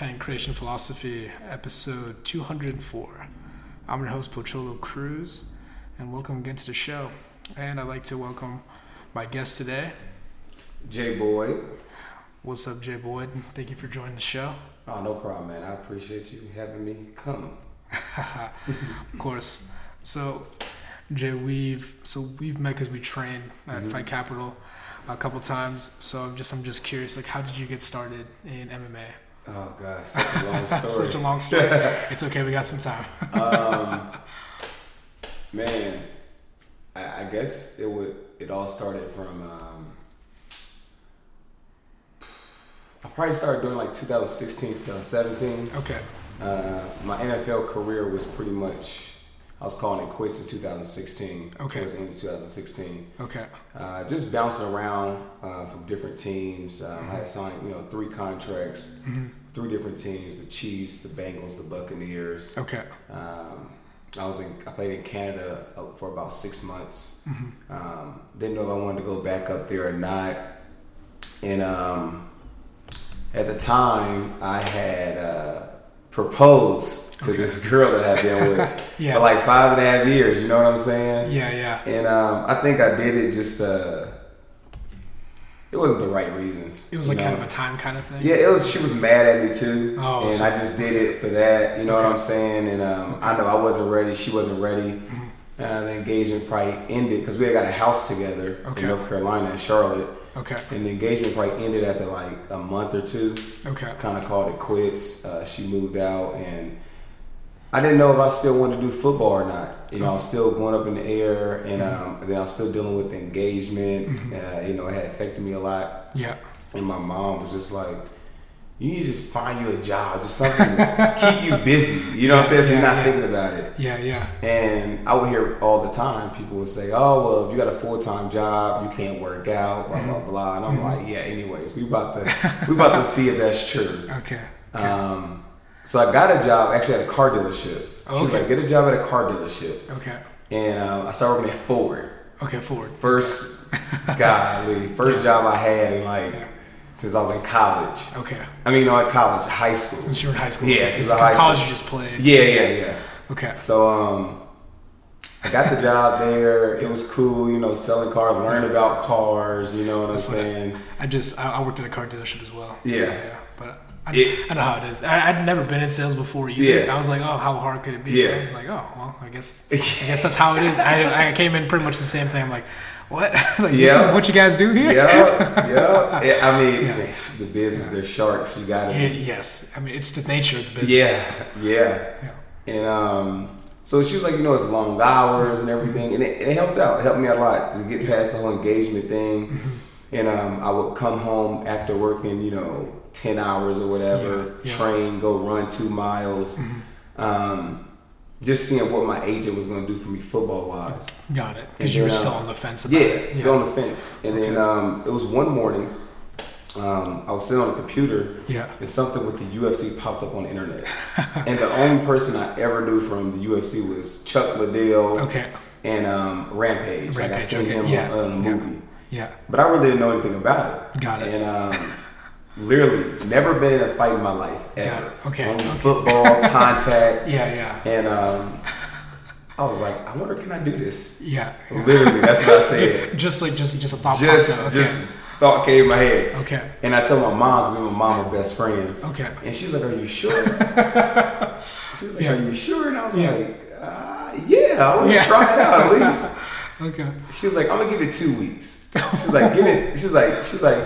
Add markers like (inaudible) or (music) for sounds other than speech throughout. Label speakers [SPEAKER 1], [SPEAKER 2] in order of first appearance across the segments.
[SPEAKER 1] and Creation Philosophy, episode 204. I'm your host, Pocholo Cruz, and welcome again to the show. And I'd like to welcome my guest today.
[SPEAKER 2] Jay Boyd.
[SPEAKER 1] What's up, Jay Boyd? Thank you for joining the show. (laughs)
[SPEAKER 2] Oh, no problem, man. I appreciate you having me come.
[SPEAKER 1] of course. So, Jay, we've so we've met because we train at
[SPEAKER 2] Mhm.
[SPEAKER 1] Fight Capital a couple times. So I'm just I'm just curious, like, how did you get started in MMA?
[SPEAKER 2] Oh, God, such a
[SPEAKER 1] (laughs)
[SPEAKER 2] long story.
[SPEAKER 1] Such a long story. it's okay, we got some time.
[SPEAKER 2] um, man, I, I guess it would. It all started from. Um, I probably started doing like 2016, 2017.
[SPEAKER 1] Okay.
[SPEAKER 2] Uh, my NFL career was pretty much. I was calling it quits in 2016.
[SPEAKER 1] Okay.
[SPEAKER 2] Towards the end of 2016.
[SPEAKER 1] Okay.
[SPEAKER 2] Uh, just bouncing around uh, from different teams. Um, I had signed, you know, three contracts,
[SPEAKER 1] Mm-hmm.
[SPEAKER 2] three different teams: the Chiefs, the Bengals, the Buccaneers.
[SPEAKER 1] Okay.
[SPEAKER 2] Um, I was in, I played in Canada uh, for about six months.
[SPEAKER 1] Mm-hmm.
[SPEAKER 2] Um, didn't know if I wanted to go back up there or not. And um, at the time, I had uh, proposed to this (laughs) girl that I've been with
[SPEAKER 1] (laughs) Yeah.
[SPEAKER 2] for like five and a half years. You know what I'm saying?
[SPEAKER 1] Yeah, yeah.
[SPEAKER 2] And um, I think I did it just. Uh, it wasn't the right reasons.
[SPEAKER 1] It was
[SPEAKER 2] you
[SPEAKER 1] like kind
[SPEAKER 2] know?
[SPEAKER 1] of a time kind of thing.
[SPEAKER 2] Yeah, it was. She was mad at me too,
[SPEAKER 1] Oh,
[SPEAKER 2] and
[SPEAKER 1] so-
[SPEAKER 2] I just did it for that. You know what
[SPEAKER 1] Okay.
[SPEAKER 2] I'm saying? And um, I know I wasn't ready. She wasn't ready.
[SPEAKER 1] Mm-hmm.
[SPEAKER 2] Uh, the engagement probably ended because we had got a house together
[SPEAKER 1] Okay.
[SPEAKER 2] in North Carolina in Charlotte,
[SPEAKER 1] Okay.
[SPEAKER 2] and the engagement probably ended after like a month or two.
[SPEAKER 1] Okay.
[SPEAKER 2] Kind of called it quits. Uh, she moved out, and I didn't know if I still wanted to do football or not. You know, I was still going up in the air, and
[SPEAKER 1] Mm-hmm.
[SPEAKER 2] um, then I was still dealing with the engagement. Uh, you know, it had affected me a lot.
[SPEAKER 1] Yeah.
[SPEAKER 2] And my mom was just like, you need to just find you a job, just
[SPEAKER 1] (laughs)
[SPEAKER 2] something to keep you busy. You know what I'm saying? So you're
[SPEAKER 1] Yeah,
[SPEAKER 2] not
[SPEAKER 1] yeah.
[SPEAKER 2] thinking about it.
[SPEAKER 1] Yeah. Yeah.
[SPEAKER 2] And I would hear all the time people would say, oh, well, if you got a full time job, you can't work out, blah,
[SPEAKER 1] Mm-hmm.
[SPEAKER 2] blah, blah. And I'm like, yeah, anyways, we about to, we about to see if that's true.
[SPEAKER 1] Okay. Okay.
[SPEAKER 2] Um, so I got a job actually at a car dealership. She was
[SPEAKER 1] Okay.
[SPEAKER 2] like, get a job at a car dealership.
[SPEAKER 1] okay.
[SPEAKER 2] And um, I started working at Ford
[SPEAKER 1] Okay. Forward. (laughs)
[SPEAKER 2] first golly, first job I had in like since I was in college.
[SPEAKER 1] Okay.
[SPEAKER 2] I mean, not college, high school.
[SPEAKER 1] Since you were in high school.
[SPEAKER 2] Yeah, since I
[SPEAKER 1] Because
[SPEAKER 2] was high
[SPEAKER 1] college
[SPEAKER 2] school.
[SPEAKER 1] you just played.
[SPEAKER 2] Yeah, yeah, yeah.
[SPEAKER 1] Okay.
[SPEAKER 2] So um, I got the job there. It was cool, you know, selling cars, learning about cars. You know what
[SPEAKER 1] (laughs)
[SPEAKER 2] I'm saying?
[SPEAKER 1] I just I, I worked at a car dealership as well.
[SPEAKER 2] Yeah.
[SPEAKER 1] So, yeah. But I,
[SPEAKER 2] It-
[SPEAKER 1] I know how it is. I, I'd never been in sales before either.
[SPEAKER 2] Yeah.
[SPEAKER 1] I was like, oh, how hard could it be?
[SPEAKER 2] Yeah.
[SPEAKER 1] I was like, oh, well, I
[SPEAKER 2] (laughs)
[SPEAKER 1] guess I guess that's how it is. I, I came in pretty much the same thing. I'm like, what? (laughs) like this
[SPEAKER 2] Yeah.
[SPEAKER 1] is what you guys do here?
[SPEAKER 2] Yep,
[SPEAKER 1] (laughs)
[SPEAKER 2] yep. Yeah, I mean,
[SPEAKER 1] Yeah.
[SPEAKER 2] the business, they're sharks. You got
[SPEAKER 1] Yeah,
[SPEAKER 2] to.
[SPEAKER 1] yes. I mean, it's the nature of the business.
[SPEAKER 2] Yeah, yeah.
[SPEAKER 1] Yeah.
[SPEAKER 2] And um, so she was like, you know, it's long hours and everything, and it, it helped out. It helped me a lot to get past the whole engagement thing.
[SPEAKER 1] Mm-hmm.
[SPEAKER 2] And um, I would come home after working, you know, ten hours or whatever,
[SPEAKER 1] Yeah, Mm-hmm. yeah.
[SPEAKER 2] train, go run two miles, um, just seeing what my agent was going to do for me football wise.
[SPEAKER 1] Got it.
[SPEAKER 2] And
[SPEAKER 1] Because you were
[SPEAKER 2] then,
[SPEAKER 1] still
[SPEAKER 2] uh,
[SPEAKER 1] on the fence about
[SPEAKER 2] Yeah,
[SPEAKER 1] it.
[SPEAKER 2] still on the fence. And then um, it was one morning, um, I was sitting on the computer
[SPEAKER 1] Yeah.
[SPEAKER 2] and something with the UFC popped up on
[SPEAKER 1] (laughs)
[SPEAKER 2] the internet. and the only person I ever knew from the UFC was Chuck Liddell
[SPEAKER 1] Okay.
[SPEAKER 2] and um, Rampage. Like I
[SPEAKER 1] Rampage,
[SPEAKER 2] seen
[SPEAKER 1] okay,
[SPEAKER 2] him
[SPEAKER 1] yeah,
[SPEAKER 2] on, on a
[SPEAKER 1] yeah.
[SPEAKER 2] movie,
[SPEAKER 1] Yeah.
[SPEAKER 2] but I really didn't know anything about it.
[SPEAKER 1] Got it.
[SPEAKER 2] And um, literally, never been in a fight in my life
[SPEAKER 1] it.
[SPEAKER 2] ever.
[SPEAKER 1] Okay,
[SPEAKER 2] Only
[SPEAKER 1] okay. (laughs)
[SPEAKER 2] football contact,
[SPEAKER 1] Yeah. Yeah.
[SPEAKER 2] and um, I was like, I wonder, can I do this?
[SPEAKER 1] Yeah.
[SPEAKER 2] Literally, that's what I
[SPEAKER 1] (laughs)
[SPEAKER 2] said.
[SPEAKER 1] Ju- Just like just just a thought.
[SPEAKER 2] just,
[SPEAKER 1] process. Okay.
[SPEAKER 2] just thought came in my head.
[SPEAKER 1] Okay.
[SPEAKER 2] And I told my mom, 'cause me and my mom are best friends.
[SPEAKER 1] Okay.
[SPEAKER 2] And she was like, Are
[SPEAKER 1] (laughs)
[SPEAKER 2] you sure? she was like,
[SPEAKER 1] Yeah.
[SPEAKER 2] Are you sure? And I was
[SPEAKER 1] Yeah.
[SPEAKER 2] like, uh, Yeah, I want to
[SPEAKER 1] Yeah.
[SPEAKER 2] try it out
[SPEAKER 1] (laughs)
[SPEAKER 2] at least.
[SPEAKER 1] Okay.
[SPEAKER 2] She was like, I'm gonna give it two weeks. She was like, Give it. She was like, She was like,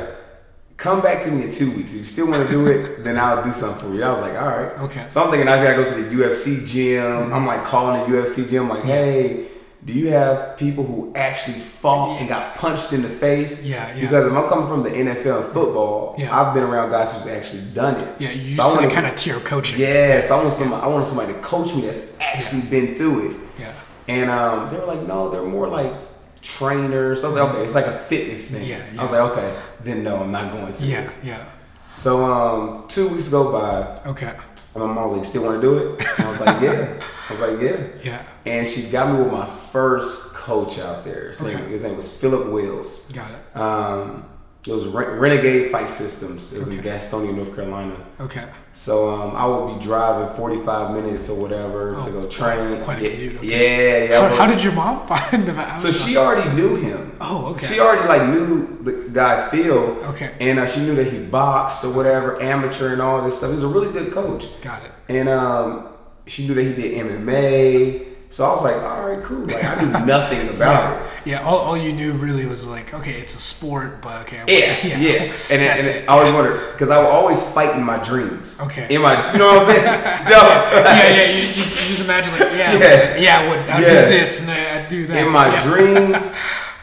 [SPEAKER 2] Come back to me in two weeks. If you still want to do it, then I'll do something for you. I was like, All right.
[SPEAKER 1] Okay. Mm-hmm.
[SPEAKER 2] So I'm thinking I just gotta go to the UFC gym. I'm like calling the UFC gym, like, Hey. Do you have people who actually fought and got punched in the face?
[SPEAKER 1] Yeah, yeah.
[SPEAKER 2] Because if I'm coming from the NFL and football,
[SPEAKER 1] Yeah.
[SPEAKER 2] I've been around guys who've actually done it.
[SPEAKER 1] Yeah. You
[SPEAKER 2] So I
[SPEAKER 1] so
[SPEAKER 2] wanna-
[SPEAKER 1] kind of tier coaching.
[SPEAKER 2] yeah, so I want somebody. I want somebody to coach me that's actually been through it.
[SPEAKER 1] Yeah.
[SPEAKER 2] And um, they were like, no, they're more like trainers. So I was like, okay, it's like a fitness thing.
[SPEAKER 1] Yeah, yeah.
[SPEAKER 2] I was like, okay, then no, I'm not going to.
[SPEAKER 1] Yeah. yeah.
[SPEAKER 2] So um, two weeks go by,
[SPEAKER 1] Okay.
[SPEAKER 2] and my mom was like, you still want to do it? And I was
[SPEAKER 1] (laughs)
[SPEAKER 2] like, yeah. I was like, yeah.
[SPEAKER 1] Yeah.
[SPEAKER 2] And she got me with my first coach out there. His,
[SPEAKER 1] Okay.
[SPEAKER 2] name, his name was Philip Wills.
[SPEAKER 1] Got it.
[SPEAKER 2] Um, It was Ren- Renegade Fight Systems. It was in
[SPEAKER 1] Okay.
[SPEAKER 2] Gastonia, North Carolina.
[SPEAKER 1] Okay.
[SPEAKER 2] So um, I would be driving 45 minutes or whatever to
[SPEAKER 1] Oh,
[SPEAKER 2] go train.
[SPEAKER 1] quite a
[SPEAKER 2] yeah,
[SPEAKER 1] commute,
[SPEAKER 2] yeah, yeah.
[SPEAKER 1] How,
[SPEAKER 2] but-
[SPEAKER 1] how did your mom (laughs) find them? out?
[SPEAKER 2] so she already knew him.
[SPEAKER 1] Oh, okay.
[SPEAKER 2] She already like knew the guy Phil.
[SPEAKER 1] Okay.
[SPEAKER 2] And uh, she knew that he boxed or whatever, amateur and all this stuff. He's a really good coach.
[SPEAKER 1] Got it.
[SPEAKER 2] And um, she knew that he did MMA. So I was like, all right, cool. Like I knew (laughs) nothing about it.
[SPEAKER 1] Yeah, all, all you knew really was like, okay, it's a sport, but okay. I'm- (laughs)
[SPEAKER 2] Yeah, yeah. And, then-
[SPEAKER 1] that's
[SPEAKER 2] and
[SPEAKER 1] it.
[SPEAKER 2] then I always wondered because I would always fight in my dreams.
[SPEAKER 1] Okay.
[SPEAKER 2] In my, you know what I'm saying? (laughs) No.
[SPEAKER 1] (laughs) yeah, yeah. You, you just, you just imagine like, yeah,
[SPEAKER 2] Yes.
[SPEAKER 1] yeah, I would I
[SPEAKER 2] Yes.
[SPEAKER 1] do this and I, I do that
[SPEAKER 2] in my
[SPEAKER 1] yeah. (laughs)
[SPEAKER 2] dreams,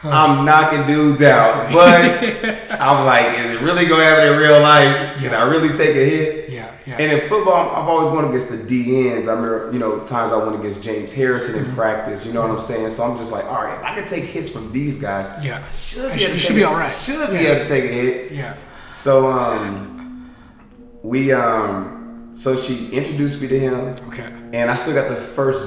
[SPEAKER 2] I'm knocking dudes out. But
[SPEAKER 1] (laughs)
[SPEAKER 2] I'm like, is it really gonna happen in real life? Can I really take a hit?
[SPEAKER 1] Yeah, yeah.
[SPEAKER 2] And in football, I've always won against the DNs. I remember, you know, times I went against James Harrison
[SPEAKER 1] Mm-hmm.
[SPEAKER 2] in practice. You know what I'm saying? So I'm just like, all right, if I can take hits from these guys,
[SPEAKER 1] Yeah.
[SPEAKER 2] I should
[SPEAKER 1] I
[SPEAKER 2] be,
[SPEAKER 1] should-
[SPEAKER 2] able to
[SPEAKER 1] you should
[SPEAKER 2] take
[SPEAKER 1] be
[SPEAKER 2] a-
[SPEAKER 1] all right.
[SPEAKER 2] Should be
[SPEAKER 1] Yeah.
[SPEAKER 2] able to take a hit.
[SPEAKER 1] yeah,
[SPEAKER 2] So um, we um, so she introduced me to him,
[SPEAKER 1] okay.
[SPEAKER 2] and I still got the first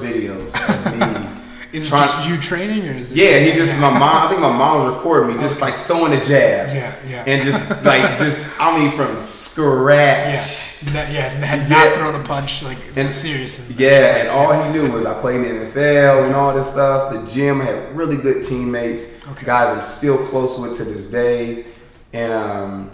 [SPEAKER 1] (laughs)
[SPEAKER 2] videos of me.
[SPEAKER 1] Is it
[SPEAKER 2] Try-
[SPEAKER 1] just you training or is it?
[SPEAKER 2] Yeah, he just my mom. I think my mom was recording me, just like throwing a jab.
[SPEAKER 1] Yeah, yeah.
[SPEAKER 2] And just like just I mean from
[SPEAKER 1] (laughs) yeah,
[SPEAKER 2] scratch.
[SPEAKER 1] Not-
[SPEAKER 2] (laughs)
[SPEAKER 1] yeah, not,
[SPEAKER 2] Yeah.
[SPEAKER 1] not throwing a punch like
[SPEAKER 2] And-
[SPEAKER 1] and, serious. And,
[SPEAKER 2] Yeah. and all he knew was I played in the NFL and all this stuff. The gym had really good teammates,
[SPEAKER 1] Okay.
[SPEAKER 2] guys I'm still close with to this day, and um,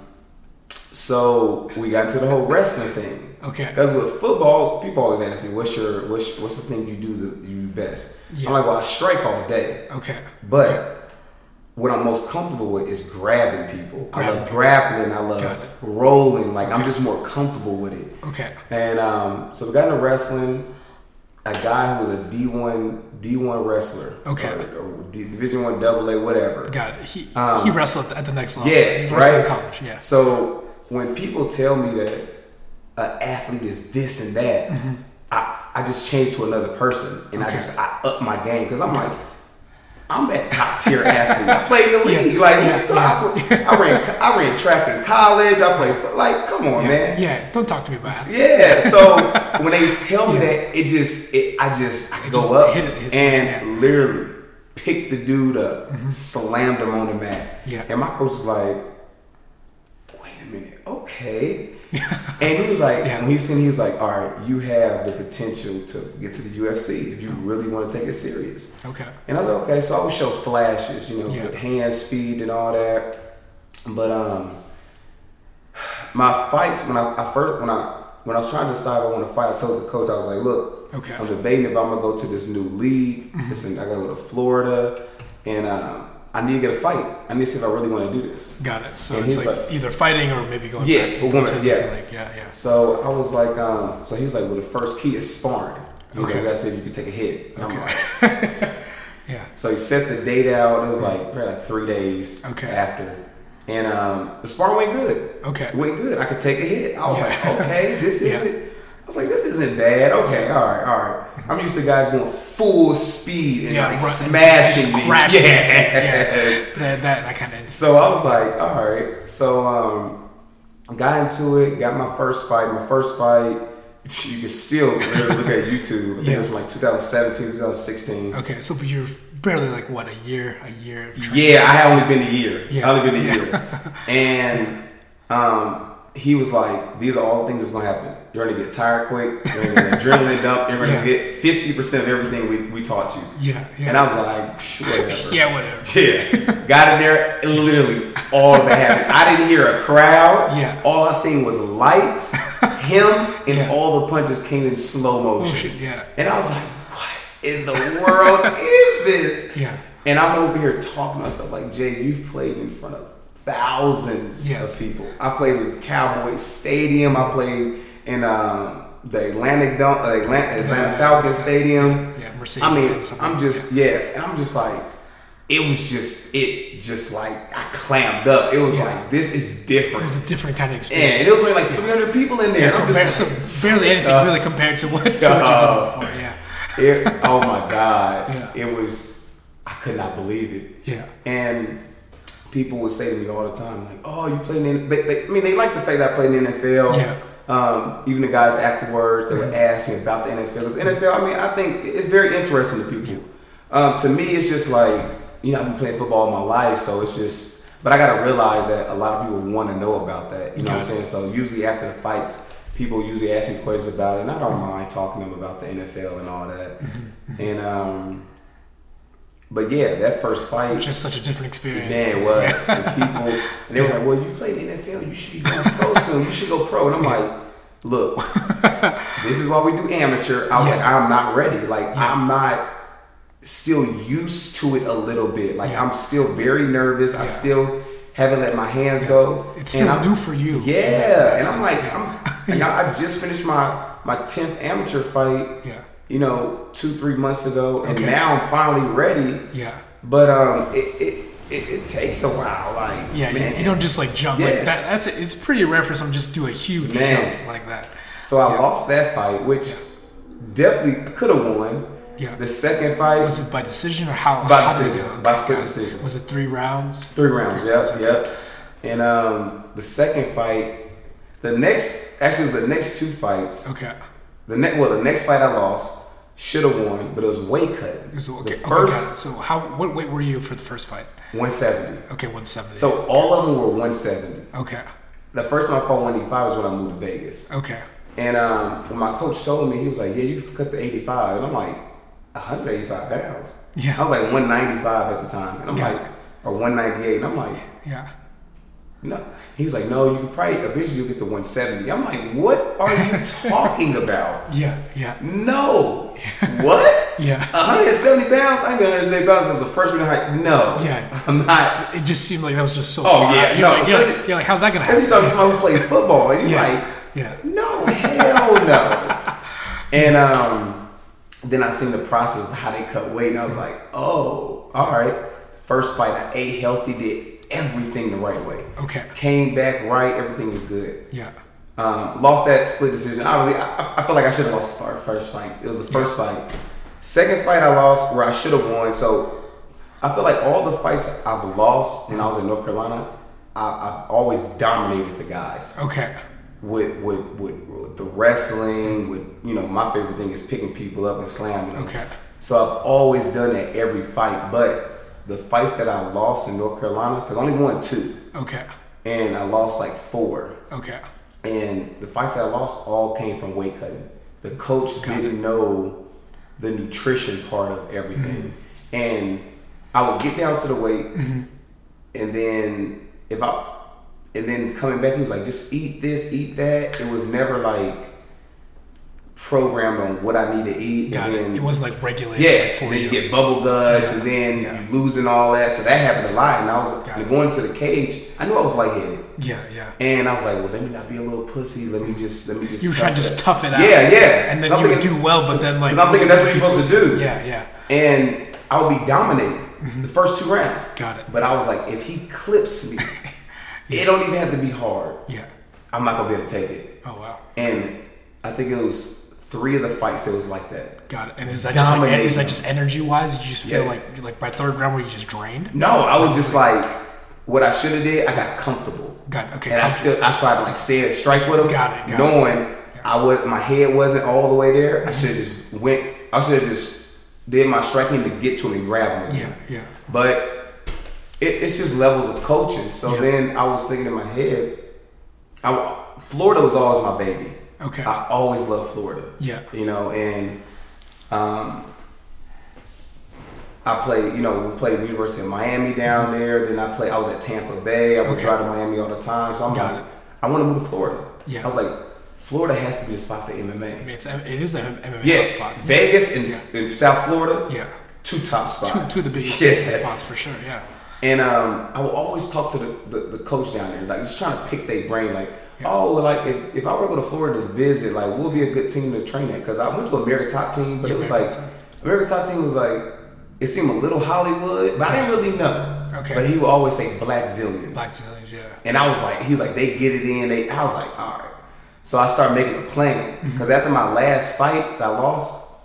[SPEAKER 2] so we got into the whole wrestling thing.
[SPEAKER 1] Okay.
[SPEAKER 2] Because with football, people always ask me, "What's your what's what's the thing you do the you do best?"
[SPEAKER 1] Yeah.
[SPEAKER 2] I'm like, "Well, I strike all day."
[SPEAKER 1] Okay.
[SPEAKER 2] But what I'm most comfortable with is grabbing people. I
[SPEAKER 1] Grabbing
[SPEAKER 2] love grappling. I
[SPEAKER 1] Got
[SPEAKER 2] love
[SPEAKER 1] it.
[SPEAKER 2] rolling. Like I'm just more comfortable with it.
[SPEAKER 1] Okay.
[SPEAKER 2] And um, so we got into wrestling. A guy who was a D1 D1 wrestler.
[SPEAKER 1] Okay.
[SPEAKER 2] Or, or D- Division One Double A, whatever.
[SPEAKER 1] Got it. He
[SPEAKER 2] Um,
[SPEAKER 1] he wrestled at the next level.
[SPEAKER 2] Yeah,
[SPEAKER 1] he wrestled in
[SPEAKER 2] right.
[SPEAKER 1] college. Yeah.
[SPEAKER 2] So when people tell me that an athlete is this and that, I, I just change to another person and
[SPEAKER 1] Mm-hmm.
[SPEAKER 2] I
[SPEAKER 1] Okay.
[SPEAKER 2] just I up my game because I'm like. I'm that top tier athlete. I played in the league. Like
[SPEAKER 1] yeah,
[SPEAKER 2] so I, pl- I ran, I ran track in college. I played. fo- Like, come on, man.
[SPEAKER 1] Yeah. Don't talk to me about it. (laughs)
[SPEAKER 2] Yeah. So when they tell me that, it just, it, I just I go
[SPEAKER 1] just
[SPEAKER 2] up
[SPEAKER 1] hit it, hits it,
[SPEAKER 2] and literally picked the dude up, slammed him on the mat.
[SPEAKER 1] Yeah.
[SPEAKER 2] And my coach was like, "Wait a minute, okay." and he was like,
[SPEAKER 1] Yeah.
[SPEAKER 2] when he seen, he was like, "All right, you have the potential to get to the UFC if you really want to take it
[SPEAKER 1] (laughs)
[SPEAKER 2] serious."
[SPEAKER 1] Okay.
[SPEAKER 2] And I was like, okay, so I would show flashes, you know,
[SPEAKER 1] Yeah.
[SPEAKER 2] with hand speed and all that. But um, my fights when I, I first when I when I was trying to decide if I want to fight, I told the coach I was like, look,
[SPEAKER 1] Okay.
[SPEAKER 2] I'm debating if I'm gonna go to this new league.
[SPEAKER 1] Mm-hmm.
[SPEAKER 2] It's in, I gotta go to Florida, and um, I need to get a fight. I need to see if I really want to do this.
[SPEAKER 1] Got it. So
[SPEAKER 2] And
[SPEAKER 1] it's
[SPEAKER 2] he's
[SPEAKER 1] like,
[SPEAKER 2] like-
[SPEAKER 1] either fighting or maybe going.
[SPEAKER 2] Yeah,
[SPEAKER 1] back
[SPEAKER 2] for women,
[SPEAKER 1] to the
[SPEAKER 2] yeah.
[SPEAKER 1] league. Yeah. Yeah.
[SPEAKER 2] So I was like, um, so he was like, well, the first key is sparring. He was
[SPEAKER 1] Okay.
[SPEAKER 2] like, that's if you can take a hit. And I'm like,
[SPEAKER 1] Yeah.
[SPEAKER 2] So he set the date out. It was like probably like three days
[SPEAKER 1] Mm. Okay.
[SPEAKER 2] after, and um, the sparring went good.
[SPEAKER 1] Okay.
[SPEAKER 2] It went good. I could take a hit. I was
[SPEAKER 1] Yeah.
[SPEAKER 2] like, okay,
[SPEAKER 1] (laughs)
[SPEAKER 2] this
[SPEAKER 1] Yeah.
[SPEAKER 2] isn't. I was like, this isn't bad. Okay, all right, all right. I'm used to guys going full speed and
[SPEAKER 1] Yeah,
[SPEAKER 2] like
[SPEAKER 1] right.
[SPEAKER 2] smashing
[SPEAKER 1] Just
[SPEAKER 2] me. (laughs)
[SPEAKER 1] crashing into it.
[SPEAKER 2] Yes.
[SPEAKER 1] Yeah. That that, that kind of.
[SPEAKER 2] (laughs) So I was like, all right. So um, I got into it. Got my first fight. My first fight. You can still literally look at YouTube. I think it was
[SPEAKER 1] Yeah.
[SPEAKER 2] from like 2017, 2016.
[SPEAKER 1] Okay, so but you're barely like what a year, a year of training.
[SPEAKER 2] Yeah, I had only been a year.
[SPEAKER 1] Yeah.
[SPEAKER 2] I only been a
[SPEAKER 1] (laughs)
[SPEAKER 2] year. and um, he was like, these are all the things that's gonna happen. You're gonna get tired quick, you're gonna
[SPEAKER 1] (laughs)
[SPEAKER 2] get an adrenaline dump, you're gonna
[SPEAKER 1] Yeah.
[SPEAKER 2] get fifty percent of everything we, we taught you.
[SPEAKER 1] Yeah, yeah.
[SPEAKER 2] And I was like, "Psh, whatever.
[SPEAKER 1] yeah, whatever.
[SPEAKER 2] Yeah. Got in there, literally all of that happened. I didn't hear a crowd.
[SPEAKER 1] Yeah.
[SPEAKER 2] All I seen
[SPEAKER 1] (laughs)
[SPEAKER 2] was lights, him, and
[SPEAKER 1] Yeah.
[SPEAKER 2] all the punches came in slow motion.
[SPEAKER 1] Motion, Oh, yeah.
[SPEAKER 2] And I was like, what in the world is this?
[SPEAKER 1] Yeah.
[SPEAKER 2] And I'm over here talking to myself like, Jay, you've played in front of thousands
[SPEAKER 1] Yes.
[SPEAKER 2] of people. I played in Cowboys Stadium. I played in um, the Atlantic Dome, uh, Atlanta, Atlanta Falcon Stadium.
[SPEAKER 1] Yeah, Mercedes.
[SPEAKER 2] I mean,
[SPEAKER 1] Benz, something
[SPEAKER 2] I'm
[SPEAKER 1] like
[SPEAKER 2] just yeah, and I'm just like, it was just it just like I clammed up. It was
[SPEAKER 1] Yeah.
[SPEAKER 2] like this is
[SPEAKER 1] that. it
[SPEAKER 2] different,
[SPEAKER 1] was a different kind of
[SPEAKER 2] and
[SPEAKER 1] experience.
[SPEAKER 2] it was only like 300 people in there.
[SPEAKER 1] Yeah,
[SPEAKER 2] I'm
[SPEAKER 1] so,
[SPEAKER 2] just
[SPEAKER 1] bar-
[SPEAKER 2] like,
[SPEAKER 1] so barely anything
[SPEAKER 2] Uh,
[SPEAKER 1] really compared to what, to what you've
[SPEAKER 2] uh,
[SPEAKER 1] done before. Yeah,
[SPEAKER 2] it, oh my god,
[SPEAKER 1] (laughs) Yeah.
[SPEAKER 2] it was I could not believe it.
[SPEAKER 1] yeah,
[SPEAKER 2] And people would say to me all the time, like, "Oh, you played in." They, they, I mean, they like the fact that I played in the NFL.
[SPEAKER 1] Yeah.
[SPEAKER 2] Um, even the guys afterwards, they would ask me about the NFL. 'Cause NFL, I mean, I think it's very interesting to people. Um, to me, it's just like you know, I've been playing football all my life, so it's just But I gotta realize that a lot of people want to know about that. You know
[SPEAKER 1] Yeah.
[SPEAKER 2] what I'm saying? So usually after the fights, people usually ask me questions about it, and I don't mind talking to them about the NFL and all that. And um, but yeah, that first fight,
[SPEAKER 1] It's just such a different experience.
[SPEAKER 2] yeah, it was. And people, and they were like, "Well, you played in the NFL. You should be going pro soon. You should go pro." And I'm like, "Look,
[SPEAKER 1] (laughs)
[SPEAKER 2] this is why we do amateur." I was like, "I'm not ready. Like, I'm not still used to it a little bit. Like, I'm still very nervous. I still haven't let my hands go.
[SPEAKER 1] It's still
[SPEAKER 2] I'm-
[SPEAKER 1] new for you.
[SPEAKER 2] Yeah,
[SPEAKER 1] (laughs)
[SPEAKER 2] and I'm like, I'm, and I, I just finished my my tenth amateur fight.
[SPEAKER 1] (laughs) Yeah.
[SPEAKER 2] You know, two three months ago, and
[SPEAKER 1] Okay.
[SPEAKER 2] now I'm finally ready.
[SPEAKER 1] Yeah.
[SPEAKER 2] But um, it it, it, it takes a while. Like
[SPEAKER 1] Yeah,
[SPEAKER 2] man.
[SPEAKER 1] you, you don't just like jump
[SPEAKER 2] Yeah.
[SPEAKER 1] like that. That's it's pretty rare for someone to just do a huge
[SPEAKER 2] Man.
[SPEAKER 1] jump like that.
[SPEAKER 2] So I lost that fight, which definitely could have won.
[SPEAKER 1] Yeah.
[SPEAKER 2] The second fight was
[SPEAKER 1] Was it by decision or how?
[SPEAKER 2] by
[SPEAKER 1] how did it
[SPEAKER 2] decision,
[SPEAKER 1] go?
[SPEAKER 2] by split decision,
[SPEAKER 1] Was it three rounds?
[SPEAKER 2] three rounds. Yep, yep. And um, the second fight, the next actually it was the next two fights.
[SPEAKER 1] Okay.
[SPEAKER 2] The next well, the next fight I lost should have won, but it was weight cut.
[SPEAKER 1] It was- okay.
[SPEAKER 2] the
[SPEAKER 1] okay,
[SPEAKER 2] first
[SPEAKER 1] got it. so how what weight were you for the first fight?
[SPEAKER 2] 170.
[SPEAKER 1] Okay, 170.
[SPEAKER 2] So all of them were 170.
[SPEAKER 1] okay.
[SPEAKER 2] The first time I fought 185 was when I moved to Vegas.
[SPEAKER 1] Okay.
[SPEAKER 2] And um, when my coach told me, he was like, "Yeah, you can cut to 85," and I'm like, "185 pounds."
[SPEAKER 1] Yeah.
[SPEAKER 2] I was like 195 at the time, and I'm
[SPEAKER 1] Yeah.
[SPEAKER 2] like, or 198, and I'm like,
[SPEAKER 1] Yeah.
[SPEAKER 2] "No." He was like, "No, you could probably eventually you'll get to 170." I'm like, "What are
[SPEAKER 1] (laughs)
[SPEAKER 2] you talking about?
[SPEAKER 1] Yeah. Yeah.
[SPEAKER 2] No, what?"
[SPEAKER 1] Yeah.
[SPEAKER 2] 170 pounds? I ain't been 170 pounds since the freshman in high. No,
[SPEAKER 1] Yeah.
[SPEAKER 2] I'm not.
[SPEAKER 1] It just seemed like that was just so.
[SPEAKER 2] Oh,
[SPEAKER 1] far
[SPEAKER 2] yeah,
[SPEAKER 1] out. You're
[SPEAKER 2] no,
[SPEAKER 1] Like, you're, like,
[SPEAKER 2] especially-
[SPEAKER 1] you're like, how's that gonna
[SPEAKER 2] As you
[SPEAKER 1] happen?
[SPEAKER 2] talking to someone who plays football, and you're
[SPEAKER 1] Yeah.
[SPEAKER 2] like,
[SPEAKER 1] Yeah.
[SPEAKER 2] No, hell no. and um, then I seen the process of how they cut weight, and I was like, oh, all right. First fight, I ate healthy, did everything the right way.
[SPEAKER 1] Okay.
[SPEAKER 2] Came back right, everything was good.
[SPEAKER 1] Yeah.
[SPEAKER 2] Um, lost that split decision. Obviously, I, I feel like I should have lost the fir- first fight. It was the first fight. Second fight, I lost where I should have won. So I feel like all the fights I've lost when I was in North Carolina, I, I've always dominated the guys
[SPEAKER 1] Okay.
[SPEAKER 2] with with, with with the wrestling, with you know, my favorite thing is picking people up and slamming them.
[SPEAKER 1] Okay.
[SPEAKER 2] So I've always done that every fight, but the fights that I lost in North Carolina, because I only won two,
[SPEAKER 1] Okay.
[SPEAKER 2] and I lost like four,
[SPEAKER 1] Okay.
[SPEAKER 2] and the fights that I lost all came from weight cutting. The coach didn't know the nutrition part of everything,
[SPEAKER 1] Mm-hmm.
[SPEAKER 2] and I would get down to the weight, and then if I, and then coming back, he was like, just eat this, eat that. It was never like programmed on what I need to eat,
[SPEAKER 1] Got
[SPEAKER 2] and then
[SPEAKER 1] it. It was like regulated.
[SPEAKER 2] yeah,
[SPEAKER 1] like, for
[SPEAKER 2] then you
[SPEAKER 1] you.
[SPEAKER 2] get bubble guts, and then
[SPEAKER 1] Yeah.
[SPEAKER 2] you losing all that. So that happened a lot, and I was
[SPEAKER 1] Got it.
[SPEAKER 2] going to the cage. I knew I was lightheaded.
[SPEAKER 1] yeah. Yeah.
[SPEAKER 2] And I was like, well, let me not be a little pussy. Let me just, let me just.
[SPEAKER 1] You were trying to just tough it out.
[SPEAKER 2] Yeah, yeah.
[SPEAKER 1] And then
[SPEAKER 2] I'm
[SPEAKER 1] you would
[SPEAKER 2] thinking-
[SPEAKER 1] do well, but then like.
[SPEAKER 2] Because I'm thinking that's what you're supposed to do.
[SPEAKER 1] Yeah. Yeah.
[SPEAKER 2] And I would be dominating the first two rounds.
[SPEAKER 1] Mm-hmm. Got it.
[SPEAKER 2] But I was like, if he
[SPEAKER 1] (laughs)
[SPEAKER 2] clips me, it don't even have to be hard.
[SPEAKER 1] Yeah.
[SPEAKER 2] I'm not gonna be able to take it.
[SPEAKER 1] Oh wow.
[SPEAKER 2] And I think it was three of the fights that was like that.
[SPEAKER 1] Got it. And is that just like, en- is
[SPEAKER 2] Dominating.
[SPEAKER 1] that just energy wise? You just feel
[SPEAKER 2] Yeah.
[SPEAKER 1] like like by third round were you just drained?
[SPEAKER 2] No, I was just like, what I should have did, I got comfortable.
[SPEAKER 1] Got okay.
[SPEAKER 2] and I
[SPEAKER 1] comfortable.
[SPEAKER 2] still I tried to like stay and strike with him.
[SPEAKER 1] Got it, got it.
[SPEAKER 2] knowing I would my head wasn't all the way there. I
[SPEAKER 1] Mm-hmm.
[SPEAKER 2] should have just went. I should have just did my striking to get to him and grab him.
[SPEAKER 1] yeah. Yeah.
[SPEAKER 2] But it, it's just levels of coaching. So
[SPEAKER 1] Yeah.
[SPEAKER 2] then I was thinking in my head, I, Florida was always my baby.
[SPEAKER 1] Okay.
[SPEAKER 2] I always loved Florida.
[SPEAKER 1] Yeah.
[SPEAKER 2] You know, and um, I played, you know, we played University of Miami down there. Then I played, I was at Tampa Bay. I would
[SPEAKER 1] Mm-hmm. Okay.
[SPEAKER 2] drive to Miami all the time. So I'm
[SPEAKER 1] Got
[SPEAKER 2] like,
[SPEAKER 1] it.
[SPEAKER 2] I want to move to Florida.
[SPEAKER 1] Yeah.
[SPEAKER 2] I was like, Florida has to be the spot for MMA.
[SPEAKER 1] I mean, it's it is an MMA
[SPEAKER 2] Yeah,
[SPEAKER 1] hotspot.
[SPEAKER 2] Vegas and, and South Florida,
[SPEAKER 1] Yeah.
[SPEAKER 2] two top
[SPEAKER 1] Two,
[SPEAKER 2] spots.
[SPEAKER 1] two of the biggest
[SPEAKER 2] (laughs) Yes.
[SPEAKER 1] spots for sure. Yeah.
[SPEAKER 2] And um, I will always talk to the, the, the coach down there, like just trying to pick their brain, like, oh, like if, if I were to go to Florida to visit, like we'll be a good team to train at. Because I went to America Top Team, but
[SPEAKER 1] Yeah,
[SPEAKER 2] it was
[SPEAKER 1] America
[SPEAKER 2] like
[SPEAKER 1] Top.
[SPEAKER 2] America Top Team was like it seemed a little Hollywood, but I didn't really know.
[SPEAKER 1] Okay.
[SPEAKER 2] But he would always say Black Zillions,
[SPEAKER 1] Black Zillions. Yeah.
[SPEAKER 2] and I was like, he was like, they get it in. They, I was like, all right. So I started making a plan
[SPEAKER 1] Mm-hmm.
[SPEAKER 2] because after my last fight that I lost,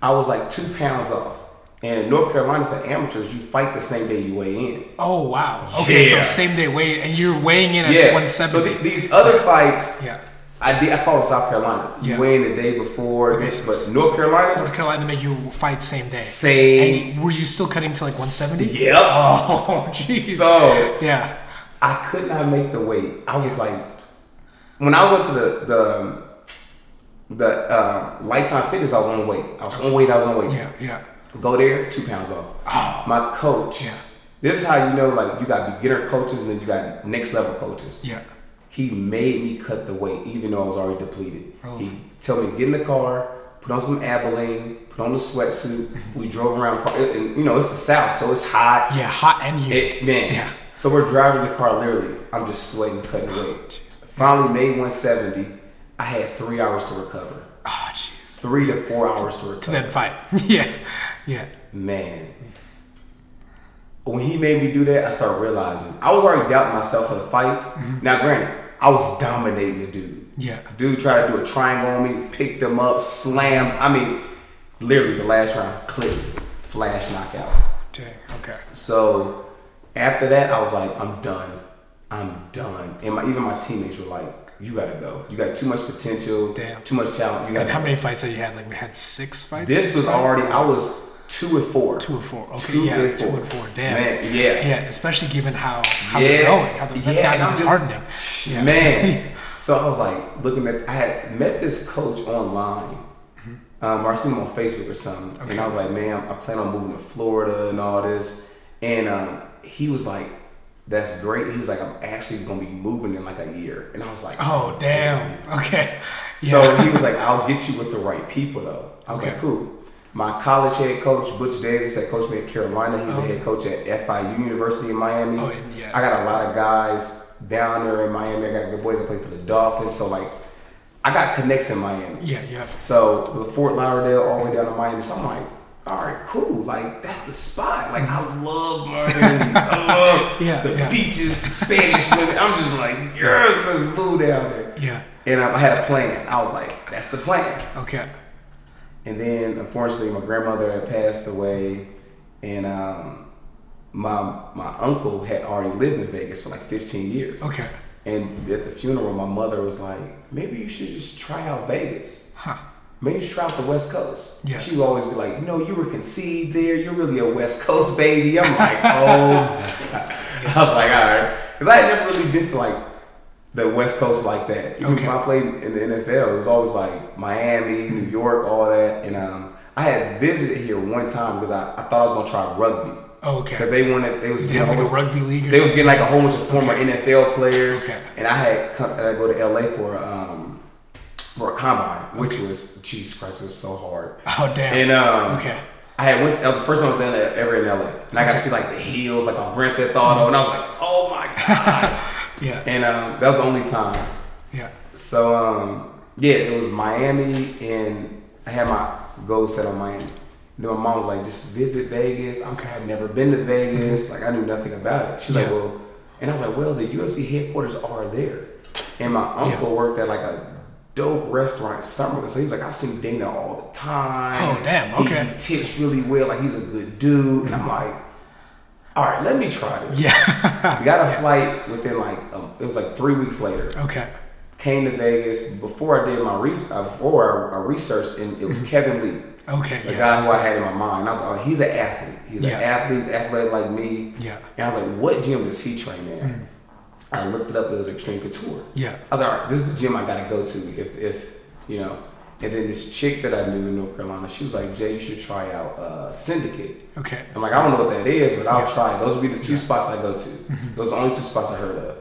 [SPEAKER 2] I was like two pounds off. And in North Carolina for amateurs, you fight the same day you weigh in.
[SPEAKER 1] Oh wow. Okay. So
[SPEAKER 2] Yeah.
[SPEAKER 1] same day weight, and you're weighing in at
[SPEAKER 2] yeah.
[SPEAKER 1] 170.
[SPEAKER 2] So th- these other fights,
[SPEAKER 1] yeah.
[SPEAKER 2] I did. I followed South Carolina. You
[SPEAKER 1] Yeah.
[SPEAKER 2] win the day before,
[SPEAKER 1] Okay,
[SPEAKER 2] this,
[SPEAKER 1] so
[SPEAKER 2] but
[SPEAKER 1] s-
[SPEAKER 2] North Carolina,
[SPEAKER 1] North Carolina make you fight same day.
[SPEAKER 2] same.
[SPEAKER 1] And were you still cutting to like 170?
[SPEAKER 2] Yep.
[SPEAKER 1] (laughs) Oh, jeez.
[SPEAKER 2] So
[SPEAKER 1] yeah.
[SPEAKER 2] I could not make the weight. I was like, when I went to the the um, the um, Lifetime Fitness, I was on weight. I was on weight. I was on weight.
[SPEAKER 1] Yeah, yeah.
[SPEAKER 2] Go there, two pounds off.
[SPEAKER 1] Oh.
[SPEAKER 2] My coach.
[SPEAKER 1] Yeah.
[SPEAKER 2] This is how you know, like you got beginner coaches and then you got next level coaches.
[SPEAKER 1] Yeah.
[SPEAKER 2] He made me cut the weight, even though I was already depleted.
[SPEAKER 1] Oh.
[SPEAKER 2] He told me to get in the car, put on some Abilene, put on the sweatsuit.
[SPEAKER 1] (laughs)
[SPEAKER 2] we drove around, the car, and- and you know it's the South, so it's hot.
[SPEAKER 1] Yeah, hot and humid.
[SPEAKER 2] It man.
[SPEAKER 1] Yeah.
[SPEAKER 2] So we're driving the car literally. I'm just sweating, cutting weight. Finally made 170. I had three hours to recover.
[SPEAKER 1] Oh, jeez.
[SPEAKER 2] Three to four hours to
[SPEAKER 1] To
[SPEAKER 2] recover.
[SPEAKER 1] that fight. (laughs) yeah. Yeah.
[SPEAKER 2] Man. When he made me do that, I started realizing I was already doubting myself for the fight.
[SPEAKER 1] Mm-hmm.
[SPEAKER 2] Now, granted, I was dominating the dude.
[SPEAKER 1] Yeah.
[SPEAKER 2] Dude tried to do a triangle on me, picked him up, slam. I mean, literally the last round, clip, flash knockout.
[SPEAKER 1] Dang. Okay.
[SPEAKER 2] So after that, I was like, I'm done. I'm done. And my, even my teammates were like, You gotta go. You got too much potential.
[SPEAKER 1] Damn.
[SPEAKER 2] Too much talent. You
[SPEAKER 1] And
[SPEAKER 2] gotta.
[SPEAKER 1] how many fights have you had? Like we had six fights.
[SPEAKER 2] this was already. I was two and four.
[SPEAKER 1] two and four. Okay,
[SPEAKER 2] Two
[SPEAKER 1] yeah,
[SPEAKER 2] and
[SPEAKER 1] two
[SPEAKER 2] four.
[SPEAKER 1] and four. Damn.
[SPEAKER 2] Man, yeah.
[SPEAKER 1] Yeah, especially given how how
[SPEAKER 2] yeah.
[SPEAKER 1] they're going, how the, that's
[SPEAKER 2] yeah.
[SPEAKER 1] gotta
[SPEAKER 2] and
[SPEAKER 1] be
[SPEAKER 2] I'm just-
[SPEAKER 1] disheartening. Yeah.
[SPEAKER 2] Man. (laughs) so I was like looking at. I had met this coach online.
[SPEAKER 1] Mm-hmm.
[SPEAKER 2] Um, or I seen him on Facebook or something, and I was like, "Man, I plan on moving to Florida and all this." And um, he was like, "That's great." He was like, "I'm actually gonna be moving in like a year," and I was like,
[SPEAKER 1] (laughs) Oh damn. Okay. Yeah.
[SPEAKER 2] So he was like, I'll get you with the right people though. I was like,
[SPEAKER 1] Okay.
[SPEAKER 2] cool. My college head coach, Butch Davis, that coached me at Carolina, he's the head coach at FIU University in Miami.
[SPEAKER 1] Oh, and yeah.
[SPEAKER 2] I got a lot of guys down there in Miami. I got good boys that play for the Dolphins. So like I got connects in Miami.
[SPEAKER 1] yeah, you have
[SPEAKER 2] So the Fort Lauderdale all the way down to Miami. So I'm like, all right, cool. Like that's the spot. Like I love
[SPEAKER 1] (laughs)
[SPEAKER 2] Miami. I love
[SPEAKER 1] Mm-hmm. Yeah,
[SPEAKER 2] the
[SPEAKER 1] yeah.
[SPEAKER 2] beaches, the Spanish women. I'm just like, yes, let's move down there.
[SPEAKER 1] yeah.
[SPEAKER 2] And I I had a plan. I was like, that's the plan.
[SPEAKER 1] Okay.
[SPEAKER 2] And then, unfortunately, my grandmother had passed away, and um, my my uncle had already lived in Vegas for like 15 years.
[SPEAKER 1] Okay.
[SPEAKER 2] And at the funeral, my mother was like, maybe you should just try out Vegas.
[SPEAKER 1] Huh.
[SPEAKER 2] Maybe you should try out the West Coast.
[SPEAKER 1] Yeah.
[SPEAKER 2] She would always be like, no, you were conceived there. You're really a West Coast baby. I'm
[SPEAKER 1] (laughs)
[SPEAKER 2] like, oh. (laughs) I was like, all right. Because I had never really been to like the West Coast like that. Even
[SPEAKER 1] Okay.
[SPEAKER 2] When I played in the NFL, it was always like Miami, New York, all that. And um, I had visited here one time because I, I thought I was going to try rugby.
[SPEAKER 1] Oh, okay.
[SPEAKER 2] Because they wanted, they was
[SPEAKER 1] They have like a
[SPEAKER 2] always-
[SPEAKER 1] rugby league or
[SPEAKER 2] they was
[SPEAKER 1] something.
[SPEAKER 2] getting like a whole bunch of former NFL players,
[SPEAKER 1] Okay.
[SPEAKER 2] and I had come, and I go to LA for um for a combine, which was Jesus Christ, it was so hard.
[SPEAKER 1] Oh damn.
[SPEAKER 2] And um,
[SPEAKER 1] okay.
[SPEAKER 2] I had went. That was the first time I was in, ever in LA, and I got to see like the hills, like on Grand Theft Auto, and I was like, oh
[SPEAKER 1] (laughs)
[SPEAKER 2] my god.
[SPEAKER 1] Yeah.
[SPEAKER 2] and um, that was the only time.
[SPEAKER 1] yeah.
[SPEAKER 2] So um, yeah, it was Miami, and I had my goal set on Miami. And then my mom was like, "Just visit Vegas." I'm like, "I've never been to Vegas. Like, I knew nothing about it." She's like,
[SPEAKER 1] Mm-hmm. Yeah.
[SPEAKER 2] "Well," and I was like, "Well, the UFC headquarters are there." And my uncle worked at like a dope restaurant somewhere, so he was like, "I've seen Dana all the time."
[SPEAKER 1] Oh, damn,
[SPEAKER 2] He-
[SPEAKER 1] okay. Mm-hmm.
[SPEAKER 2] He, tips really well. Like, he's a good dude, and I'm like. All right, let me try this.
[SPEAKER 1] Yeah. (laughs)
[SPEAKER 2] we got a flight within like um, it was like three weeks later
[SPEAKER 1] Okay.
[SPEAKER 2] came to Vegas before I did my research, before I, I researched, and it was Kevin Lee,
[SPEAKER 1] Okay.
[SPEAKER 2] the
[SPEAKER 1] Mm-hmm. yes.
[SPEAKER 2] guy who I had in my mind. I was like, oh, he's an athlete. He's
[SPEAKER 1] Yeah.
[SPEAKER 2] an athlete. He's athletic like me.
[SPEAKER 1] Yeah. Mm.
[SPEAKER 2] And I was like, what gym does he train in? I looked it up. It was Extreme Couture.
[SPEAKER 1] Yeah.
[SPEAKER 2] I was like, all right, this is the gym I gotta go to if, if you know. And then this chick that I knew in North Carolina, she was like, Jay, you should try out uh, Syndicate.
[SPEAKER 1] Okay.
[SPEAKER 2] I'm like, I don't know what that is, but I'll try it. Those would be the two spots I go to.
[SPEAKER 1] Mm-hmm.
[SPEAKER 2] Those are the only two spots I heard of.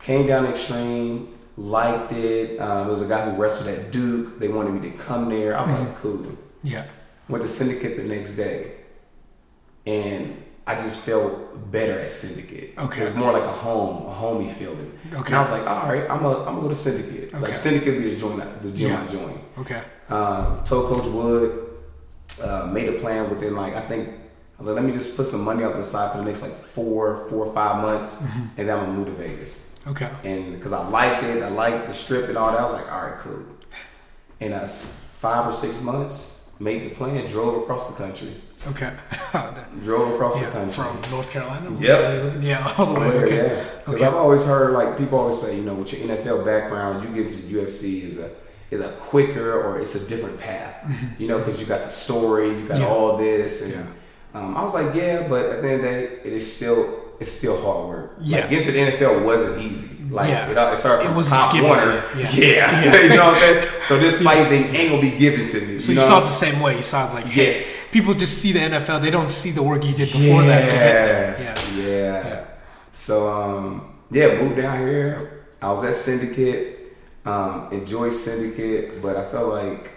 [SPEAKER 2] Came down to Extreme, liked it. Um, there was a guy who wrestled at Duke. They wanted me to come there. I was like,
[SPEAKER 1] Mm-hmm.
[SPEAKER 2] cool.
[SPEAKER 1] Yeah.
[SPEAKER 2] Went to Syndicate the next day. And I just felt better at Syndicate.
[SPEAKER 1] Okay.
[SPEAKER 2] It was more like a home, a homey feeling.
[SPEAKER 1] Okay.
[SPEAKER 2] And I was like, all right, I'm going to go to Syndicate.
[SPEAKER 1] Okay.
[SPEAKER 2] Like, Syndicate would be the, joint, the gym
[SPEAKER 1] Yeah.
[SPEAKER 2] I joined.
[SPEAKER 1] Okay.
[SPEAKER 2] Um, told Coach Wood, uh, made a plan within like I think I was like, let me just put some money out the side for the next like four, four or five months,
[SPEAKER 1] Mm-hmm.
[SPEAKER 2] and then I'm gonna move to Vegas.
[SPEAKER 1] Okay.
[SPEAKER 2] And because I liked it, I liked the strip and all that. I was like, all right, cool. And uh, s- five or six months, made the plan, drove across the country,
[SPEAKER 1] Okay. (laughs) Oh,
[SPEAKER 2] drove across
[SPEAKER 1] yeah,
[SPEAKER 2] the country.
[SPEAKER 1] from North Carolina.
[SPEAKER 2] Yep.
[SPEAKER 1] Yeah, (laughs) all the way.
[SPEAKER 2] Where,
[SPEAKER 1] Okay.
[SPEAKER 2] yeah. Because
[SPEAKER 1] Okay.
[SPEAKER 2] I've always heard like people always say, you know, with your NFL background, you get to UFC is a is a quicker or it's a different path, you know, because you got the story, you got
[SPEAKER 1] Mm-hmm. Yeah.
[SPEAKER 2] all this, and um, I was like, yeah, but at the end of the day, it is still it's still hard work.
[SPEAKER 1] Yeah.
[SPEAKER 2] like, getting to the NFL wasn't easy. Like
[SPEAKER 1] Yeah.
[SPEAKER 2] it, all- it started
[SPEAKER 1] It
[SPEAKER 2] from
[SPEAKER 1] wasn't
[SPEAKER 2] top
[SPEAKER 1] just given
[SPEAKER 2] one.
[SPEAKER 1] to
[SPEAKER 2] Yeah, (laughs)
[SPEAKER 1] you. Yeah. Yeah.
[SPEAKER 2] you know what I'm saying. So this fight thing ain't gonna be given to me.
[SPEAKER 1] So you,
[SPEAKER 2] know?
[SPEAKER 1] saw it the same way. You saw it like, hey,
[SPEAKER 2] Yeah.
[SPEAKER 1] people just see the NFL. They don't see the work you did before that to get there. Yeah.
[SPEAKER 2] Yeah. yeah. So um, yeah, moved down here. I was at Syndicate. Um, enjoyed Syndicate, but I felt like,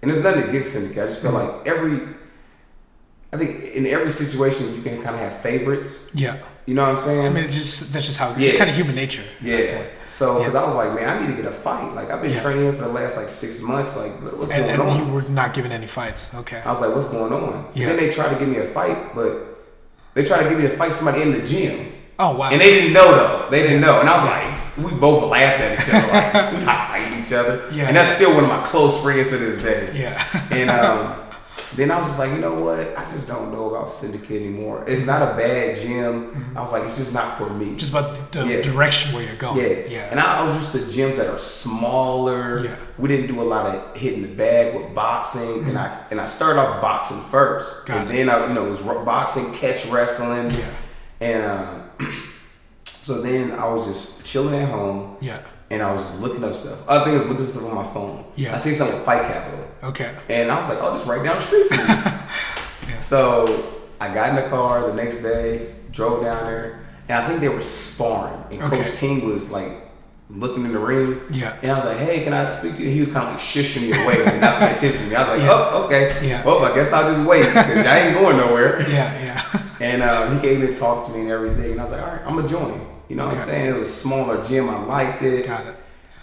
[SPEAKER 2] and there's nothing against Syndicate. I just feel
[SPEAKER 1] Mm-hmm.
[SPEAKER 2] like every, I think in every situation you can kind of have favorites.
[SPEAKER 1] Yeah.
[SPEAKER 2] You know what I'm saying?
[SPEAKER 1] I mean, it's just that's just how
[SPEAKER 2] Yeah.
[SPEAKER 1] it's kind of human nature. at that
[SPEAKER 2] yeah.
[SPEAKER 1] point.
[SPEAKER 2] So, because I was like, man, I need to get a fight. Like I've been
[SPEAKER 1] Yeah.
[SPEAKER 2] training for the last like six months. Like what's
[SPEAKER 1] And,
[SPEAKER 2] going
[SPEAKER 1] and
[SPEAKER 2] on?
[SPEAKER 1] you were not given any fights. Okay.
[SPEAKER 2] I was like, what's going on?
[SPEAKER 1] Yeah.
[SPEAKER 2] Then they tried to give me a fight, but they tried to give me a fight somebody in the gym.
[SPEAKER 1] Oh wow.
[SPEAKER 2] And they didn't know though. They didn't know. And I was like, we both laughed at each other. Like, (laughs) we're not fighting each other.
[SPEAKER 1] Yeah.
[SPEAKER 2] And that's still one of my close friends to this day.
[SPEAKER 1] yeah. (laughs)
[SPEAKER 2] And um, then I was just like, you know what? I just don't know about Syndicate anymore. It's not a bad gym.
[SPEAKER 1] Mm-hmm.
[SPEAKER 2] I was like, it's just not for me.
[SPEAKER 1] just about the
[SPEAKER 2] Yeah.
[SPEAKER 1] direction where you're going.
[SPEAKER 2] yeah.
[SPEAKER 1] Yeah.
[SPEAKER 2] And I was used to gyms that are smaller.
[SPEAKER 1] Yeah.
[SPEAKER 2] We didn't do a lot of hitting the bag with boxing. And I and I started off boxing first.
[SPEAKER 1] Mm-hmm. Got
[SPEAKER 2] and
[SPEAKER 1] it.
[SPEAKER 2] then I, you know, it was ro- boxing, catch wrestling.
[SPEAKER 1] Yeah.
[SPEAKER 2] And um, (clears throat) so then I was just chilling at home
[SPEAKER 1] yeah.
[SPEAKER 2] and I was just looking up stuff. Other thing was looking stuff on my phone.
[SPEAKER 1] Yeah.
[SPEAKER 2] I seen something with Fight Capital.
[SPEAKER 1] Okay.
[SPEAKER 2] And I was like, oh, just right down the street
[SPEAKER 1] (laughs)
[SPEAKER 2] from me. So I got in the car the next day, drove down there, and I think they were sparring. And
[SPEAKER 1] Okay.
[SPEAKER 2] Coach King was like looking in the ring.
[SPEAKER 1] Yeah.
[SPEAKER 2] And I was like, hey, can I speak to you? He was kind of like shushing me away and not paying attention to me. I was like,
[SPEAKER 1] Yeah.
[SPEAKER 2] oh, okay.
[SPEAKER 1] Yeah.
[SPEAKER 2] Well, I guess I'll just wait
[SPEAKER 1] (laughs)
[SPEAKER 2] because I ain't going nowhere.
[SPEAKER 1] Yeah. (laughs) Yeah.
[SPEAKER 2] And uh, he gave me a talk to me and everything. And I was like, all right, I'm going to join. You know what I'm
[SPEAKER 1] Okay.
[SPEAKER 2] saying? It was a smaller gym. I liked it.
[SPEAKER 1] Got it.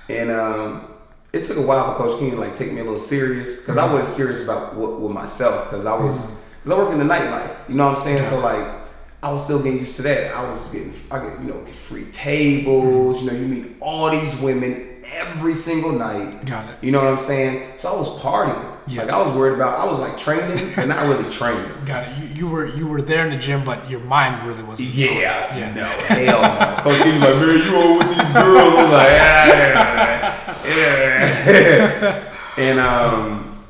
[SPEAKER 2] And um, it took a while for Coach King to like take me a little serious because
[SPEAKER 1] Mm-hmm.
[SPEAKER 2] I wasn't serious about what with myself because I was because I work in the nightlife. You know what I'm saying? So like. I was still getting used to that. I was getting, I get, you know, get free
[SPEAKER 1] Mm-hmm.
[SPEAKER 2] tables. You know, you meet all these women every single night.
[SPEAKER 1] Got it.
[SPEAKER 2] You know what I'm saying? So I was partying.
[SPEAKER 1] Yeah.
[SPEAKER 2] Like I was worried about. I was like training, but not really training.
[SPEAKER 1] Got it. You, you were you were there in the gym, but your mind really wasn't.
[SPEAKER 2] Yeah,
[SPEAKER 1] Oh, Yeah. (laughs)
[SPEAKER 2] no, hell no. Coach King's like, man, you all with these girls. I'm like, yeah, yeah, yeah. (laughs) and um,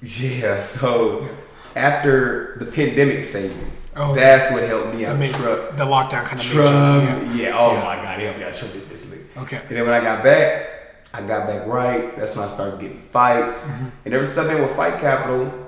[SPEAKER 2] yeah. So after the pandemic saved me,
[SPEAKER 1] Oh, yeah.
[SPEAKER 2] that's what helped me
[SPEAKER 1] I
[SPEAKER 2] out.
[SPEAKER 1] mean,
[SPEAKER 2] truck,
[SPEAKER 1] the lockdown kind of made you.
[SPEAKER 2] truck.
[SPEAKER 1] Yeah.
[SPEAKER 2] Yeah. Oh
[SPEAKER 1] Yeah.
[SPEAKER 2] my God, it helped me out tremendously.
[SPEAKER 1] Okay.
[SPEAKER 2] And then when I got back, I got back right. That's when I started getting fights.
[SPEAKER 1] Mm-hmm.
[SPEAKER 2] And ever since I've been with Fight Capital,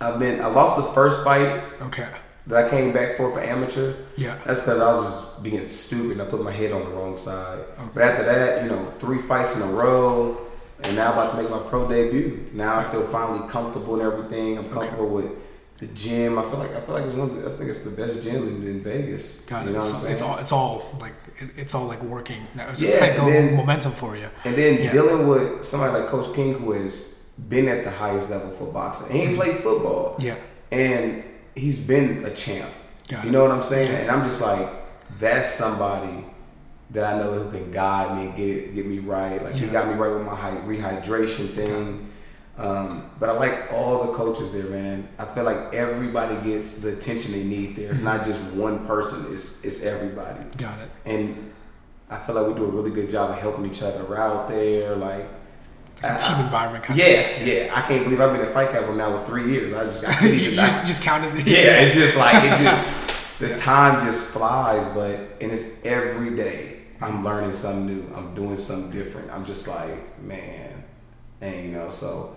[SPEAKER 2] I've been. I lost the first fight
[SPEAKER 1] Okay.
[SPEAKER 2] that I came back for for amateur.
[SPEAKER 1] Yeah.
[SPEAKER 2] That's because I was just being stupid and I put my head on the wrong side. But after that, you know, three fights in a row, and now about to make my pro debut. Now I feel finally comfortable and everything. I'm comfortable with the gym. I feel like I feel like it's one. Of the, I think it's the best gym in, in Vegas.
[SPEAKER 1] Got it.
[SPEAKER 2] You know what I'm
[SPEAKER 1] so
[SPEAKER 2] saying?
[SPEAKER 1] it's all it's all like it, it's all like working. Now. It's
[SPEAKER 2] Yeah,
[SPEAKER 1] kind of
[SPEAKER 2] and then-
[SPEAKER 1] momentum for you.
[SPEAKER 2] And then
[SPEAKER 1] Yeah.
[SPEAKER 2] dealing with somebody like Coach King, who has been at the highest level for boxing, he
[SPEAKER 1] Mm-hmm.
[SPEAKER 2] ain't played football.
[SPEAKER 1] Yeah.
[SPEAKER 2] and he's been a champ.
[SPEAKER 1] Got
[SPEAKER 2] you
[SPEAKER 1] it.
[SPEAKER 2] know what I'm saying? And I'm just like, that's somebody that I know who can guide me and get it, get me right. Like he
[SPEAKER 1] Yeah.
[SPEAKER 2] got me right with my hy- rehydration thing. Um, but I like all the coaches there, man. I feel like everybody gets the attention they need there. It's not
[SPEAKER 1] Mm-hmm.
[SPEAKER 2] just one person. It's it's everybody.
[SPEAKER 1] Got it.
[SPEAKER 2] And I feel like we do a really good job of helping each other out there. Like, I-
[SPEAKER 1] Team environment. Kind Of.
[SPEAKER 2] Uh, yeah, yeah. I can't believe I've been at Fight Capital now for three years. I just
[SPEAKER 1] (laughs)
[SPEAKER 2] I
[SPEAKER 1] You, (laughs)
[SPEAKER 2] couldn't
[SPEAKER 1] you
[SPEAKER 2] even. I-
[SPEAKER 1] just, you just counted. it.
[SPEAKER 2] (laughs) yeah, it just like it just the time just flies, but and it's every day. I'm learning something new. I'm doing something different. I'm just like, man, and you know, so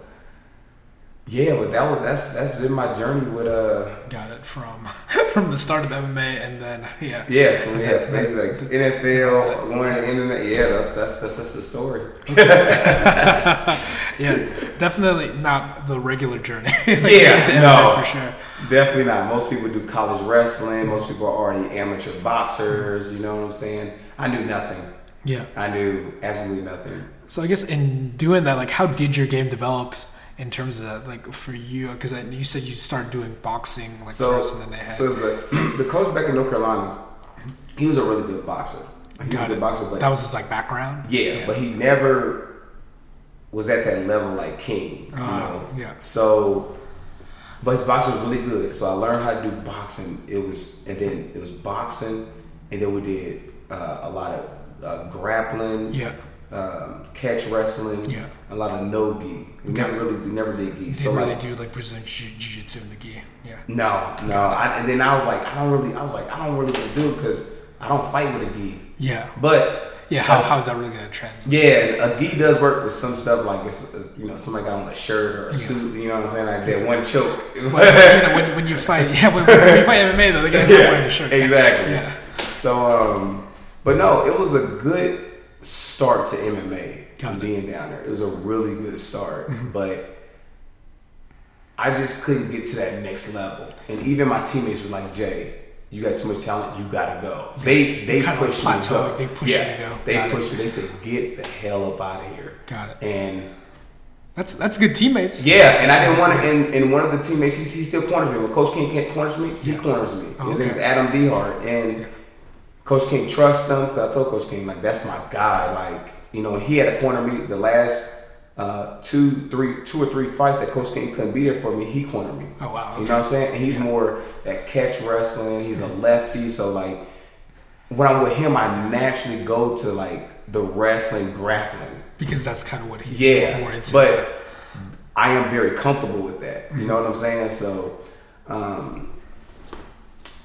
[SPEAKER 2] yeah. But that was that's that's been my journey with uh
[SPEAKER 1] Got it from (laughs) from the start of MMA and then yeah.
[SPEAKER 2] yeah from, yeah basically like NFL going to MMA. Yeah, that's that's that's that's the story.
[SPEAKER 1] Yeah, definitely not the regular journey. (laughs) Like,
[SPEAKER 2] Yeah,
[SPEAKER 1] to MMA
[SPEAKER 2] no.
[SPEAKER 1] for sure.
[SPEAKER 2] Definitely not. Most people do college wrestling. Most people are already amateur boxers. You know what I'm saying? I knew nothing.
[SPEAKER 1] Yeah.
[SPEAKER 2] I knew absolutely nothing.
[SPEAKER 1] So I guess in doing that, like, how did your game develop in terms of that, like, for you? Because you said you started doing boxing, like,
[SPEAKER 2] So,
[SPEAKER 1] first, and then they had.
[SPEAKER 2] so it's (clears throat) the, the coach back in North Carolina, he was a really good boxer. He was
[SPEAKER 1] Got
[SPEAKER 2] a good
[SPEAKER 1] it.
[SPEAKER 2] boxer, but
[SPEAKER 1] that was his like background.
[SPEAKER 2] yeah, but he never was at that level like King. you
[SPEAKER 1] Ah,
[SPEAKER 2] know?
[SPEAKER 1] yeah.
[SPEAKER 2] So, but his boxing was really good. So I learned how to do boxing. It was and then it was boxing, and then we did uh, a lot of uh, grappling,
[SPEAKER 1] Yeah.
[SPEAKER 2] um, catch wrestling,
[SPEAKER 1] Yeah.
[SPEAKER 2] a lot of no gi. We
[SPEAKER 1] Okay.
[SPEAKER 2] never really we never did gi.
[SPEAKER 1] They
[SPEAKER 2] so
[SPEAKER 1] really
[SPEAKER 2] like,
[SPEAKER 1] do like Brazilian jiu- jiu-jitsu in the gi. Yeah.
[SPEAKER 2] no, no. I, and then I was like, I don't really. I was like, I don't really want to do it because I don't fight with a gi.
[SPEAKER 1] Yeah.
[SPEAKER 2] But
[SPEAKER 1] Yeah. How,
[SPEAKER 2] like,
[SPEAKER 1] how is that really gonna
[SPEAKER 2] (laughs)
[SPEAKER 1] translate?
[SPEAKER 2] yeah, a gi does work with some stuff like it's uh, you know somebody got on a shirt or a suit. You know what I'm saying? Like that one choke.
[SPEAKER 1] (laughs) Well, you know, when, when you fight, yeah, when, when you fight MMA though, the guy's not (laughs) wearing a shirt.
[SPEAKER 2] Exactly.
[SPEAKER 1] Yeah.
[SPEAKER 2] So, um, but no, it was a good start to MMA
[SPEAKER 1] Got it. Mm-hmm.
[SPEAKER 2] being down there. It was a really good start, but I just couldn't get to that next level. And even my teammates were like, "Jay, you got too much talent. You gotta go." They they
[SPEAKER 1] kinda
[SPEAKER 2] pushed me to
[SPEAKER 1] plateaued.
[SPEAKER 2] go.
[SPEAKER 1] They pushed you to go.
[SPEAKER 2] They
[SPEAKER 1] Got it.
[SPEAKER 2] pushed me. They said, "Get the hell up out of here."
[SPEAKER 1] Got it.
[SPEAKER 2] And
[SPEAKER 1] That's that's good teammates.
[SPEAKER 2] yeah, and I didn't want to. And, and one of the teammates, he, he still corners me. When Coach King can't corners me, he
[SPEAKER 1] Yeah.
[SPEAKER 2] corners me.
[SPEAKER 1] Oh,
[SPEAKER 2] His
[SPEAKER 1] okay.
[SPEAKER 2] name's Adam Dehart, and Coach King trusts him. 'cause I told Coach King like that's my guy. Like you know, he had to corner me the last uh, two, three, two or three fights that Coach King couldn't be there for me. He cornered me.
[SPEAKER 1] Oh, wow,
[SPEAKER 2] You
[SPEAKER 1] okay.
[SPEAKER 2] know what I'm saying? And he's more that catch wrestling. He's a lefty, so like when I'm with him, I naturally go to like the wrestling grappling.
[SPEAKER 1] Because that's kind of what he's more
[SPEAKER 2] Yeah,
[SPEAKER 1] into.
[SPEAKER 2] but I am very comfortable with that. You know what I'm saying? So, um,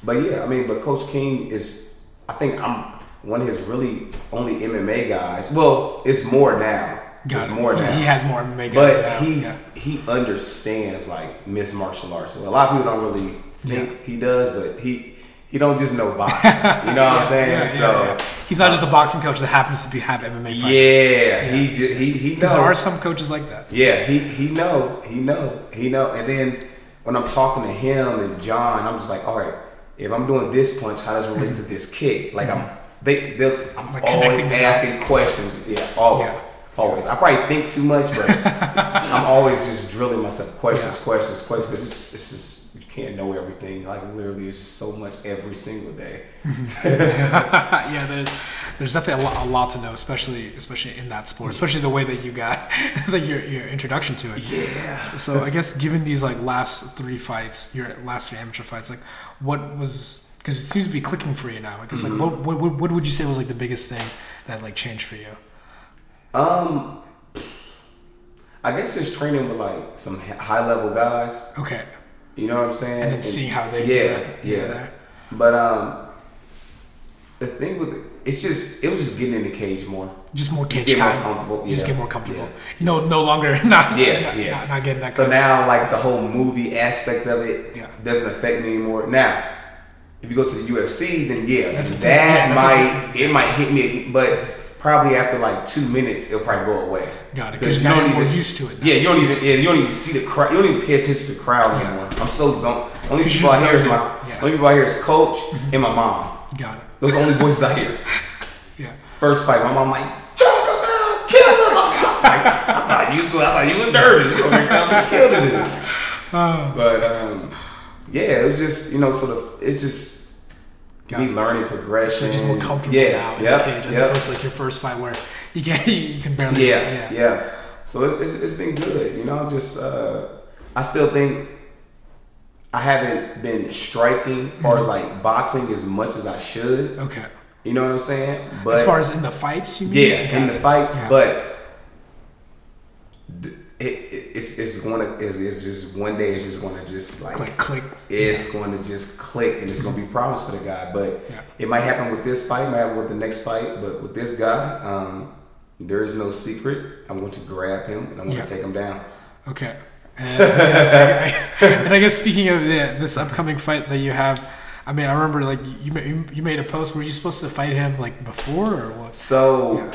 [SPEAKER 2] but yeah, I mean, but Coach King is, I think I'm one of his really only MMA guys. Well, it's more now.
[SPEAKER 1] Got
[SPEAKER 2] it's
[SPEAKER 1] it.
[SPEAKER 2] more
[SPEAKER 1] He-
[SPEAKER 2] now.
[SPEAKER 1] He has more MMA guys
[SPEAKER 2] but
[SPEAKER 1] now.
[SPEAKER 2] he
[SPEAKER 1] yeah.
[SPEAKER 2] he understands like mixed martial arts. Well, a lot of people don't really think he does, but he he don't just know boxing. you know what I'm
[SPEAKER 1] (laughs)
[SPEAKER 2] saying?
[SPEAKER 1] Yeah, yeah,
[SPEAKER 2] so. uh,
[SPEAKER 1] yeah. he's not just a boxing coach that happens to be have MMA
[SPEAKER 2] Yeah,
[SPEAKER 1] fighters.
[SPEAKER 2] he just he he knows.
[SPEAKER 1] Because there are some coaches like that.
[SPEAKER 2] Yeah, he he know, he know, he know. And then when I'm talking to him and John, I'm just like, all right, if I'm doing this punch, how does it relate to this kick? Like I'm they they'll I'm
[SPEAKER 1] Mm-hmm. Like
[SPEAKER 2] always
[SPEAKER 1] connecting the
[SPEAKER 2] asking questions. Yeah, always.
[SPEAKER 1] Yeah.
[SPEAKER 2] Always. I probably think too much,
[SPEAKER 1] (laughs)
[SPEAKER 2] but I'm always just drilling myself questions, questions, questions, because it's, it's just you can't know everything. Like literally it's just so much every single day.
[SPEAKER 1] (laughs) yeah, there's there's definitely a lot, a lot to know, especially especially in that sport, especially the way that you got (laughs) like your, your introduction to it.
[SPEAKER 2] Yeah.
[SPEAKER 1] So I guess given these like last three fights, your last three amateur fights, like what was because it seems to be clicking for you now. I guess like
[SPEAKER 2] Mm-hmm.
[SPEAKER 1] what, what what would you say was like the biggest thing that like changed for you?
[SPEAKER 2] Um I guess just training with like some high level guys.
[SPEAKER 1] Okay,
[SPEAKER 2] You know what I'm saying?
[SPEAKER 1] and then seeing how they
[SPEAKER 2] yeah,
[SPEAKER 1] do it.
[SPEAKER 2] yeah.
[SPEAKER 1] there.
[SPEAKER 2] But um, the thing with it, it's just it was just getting in the cage more.
[SPEAKER 1] just more cage
[SPEAKER 2] get more
[SPEAKER 1] time.
[SPEAKER 2] comfortable,
[SPEAKER 1] Just
[SPEAKER 2] yeah,
[SPEAKER 1] get more comfortable.
[SPEAKER 2] yeah.
[SPEAKER 1] No, no longer (laughs) not.
[SPEAKER 2] Yeah,
[SPEAKER 1] not,
[SPEAKER 2] yeah.
[SPEAKER 1] Not, not getting that.
[SPEAKER 2] So
[SPEAKER 1] kind
[SPEAKER 2] now, like the whole movie aspect of it
[SPEAKER 1] Yeah.
[SPEAKER 2] doesn't affect me anymore. Now, if you go to the UFC, then yeah,
[SPEAKER 1] That's a
[SPEAKER 2] that
[SPEAKER 1] different- yeah, that's a
[SPEAKER 2] might it might hit me, but probably after like two minutes, it'll probably go away.
[SPEAKER 1] Got it, 'cause now you're more used to it now.
[SPEAKER 2] Yeah, you don't even yeah, you don't even see the crowd. You don't even pay attention to the crowd
[SPEAKER 1] Yeah.
[SPEAKER 2] anymore. I'm so zoned. Only
[SPEAKER 1] 'Cause
[SPEAKER 2] people
[SPEAKER 1] you're
[SPEAKER 2] I hear is
[SPEAKER 1] zoned
[SPEAKER 2] my
[SPEAKER 1] in. Yeah. Mm-hmm.
[SPEAKER 2] only people I hear is coach and my mom.
[SPEAKER 1] of- Got it.
[SPEAKER 2] Those are the only voices I hear.
[SPEAKER 1] Yeah.
[SPEAKER 2] First fight, my mom like, choke him down, kill him. Like, I thought you was, I thought you was nervous. You over here telling me to kill the dude.
[SPEAKER 1] (sighs)
[SPEAKER 2] But um, yeah, it was just you know sort of it's just
[SPEAKER 1] Got
[SPEAKER 2] me
[SPEAKER 1] it.
[SPEAKER 2] learning progression.
[SPEAKER 1] So just more comfortable
[SPEAKER 2] yeah,
[SPEAKER 1] now in
[SPEAKER 2] yep,
[SPEAKER 1] the cage as
[SPEAKER 2] yep,
[SPEAKER 1] opposed to like your first fight where you can (laughs) you can barely
[SPEAKER 2] yeah, yeah, So it, it's, it's been good. You know, just uh, I still think. I haven't been striking as far as
[SPEAKER 1] Mm-hmm.
[SPEAKER 2] like boxing as much as I should.
[SPEAKER 1] Okay.
[SPEAKER 2] You know what I'm saying? But
[SPEAKER 1] As far as in the fights, you mean?
[SPEAKER 2] Yeah,
[SPEAKER 1] Got
[SPEAKER 2] in the
[SPEAKER 1] it.
[SPEAKER 2] fights,
[SPEAKER 1] Yeah.
[SPEAKER 2] but th- it, it, it's it's going to it's, it's just one day it's just going to just like
[SPEAKER 1] click click.
[SPEAKER 2] it's going to just click and it's going to be problems for the guy. But
[SPEAKER 1] Yeah.
[SPEAKER 2] it might happen with this fight, it might happen with the next fight. But with this guy, um, there is no secret. I'm going to grab him and I'm going
[SPEAKER 1] Yeah.
[SPEAKER 2] to take him down.
[SPEAKER 1] Okay. And, (laughs) yeah, I- I- and I guess speaking of the, this upcoming fight that you have, I mean, I remember like you ma- you you made a post. Were you supposed to fight him like before or what?
[SPEAKER 2] So
[SPEAKER 1] Yeah.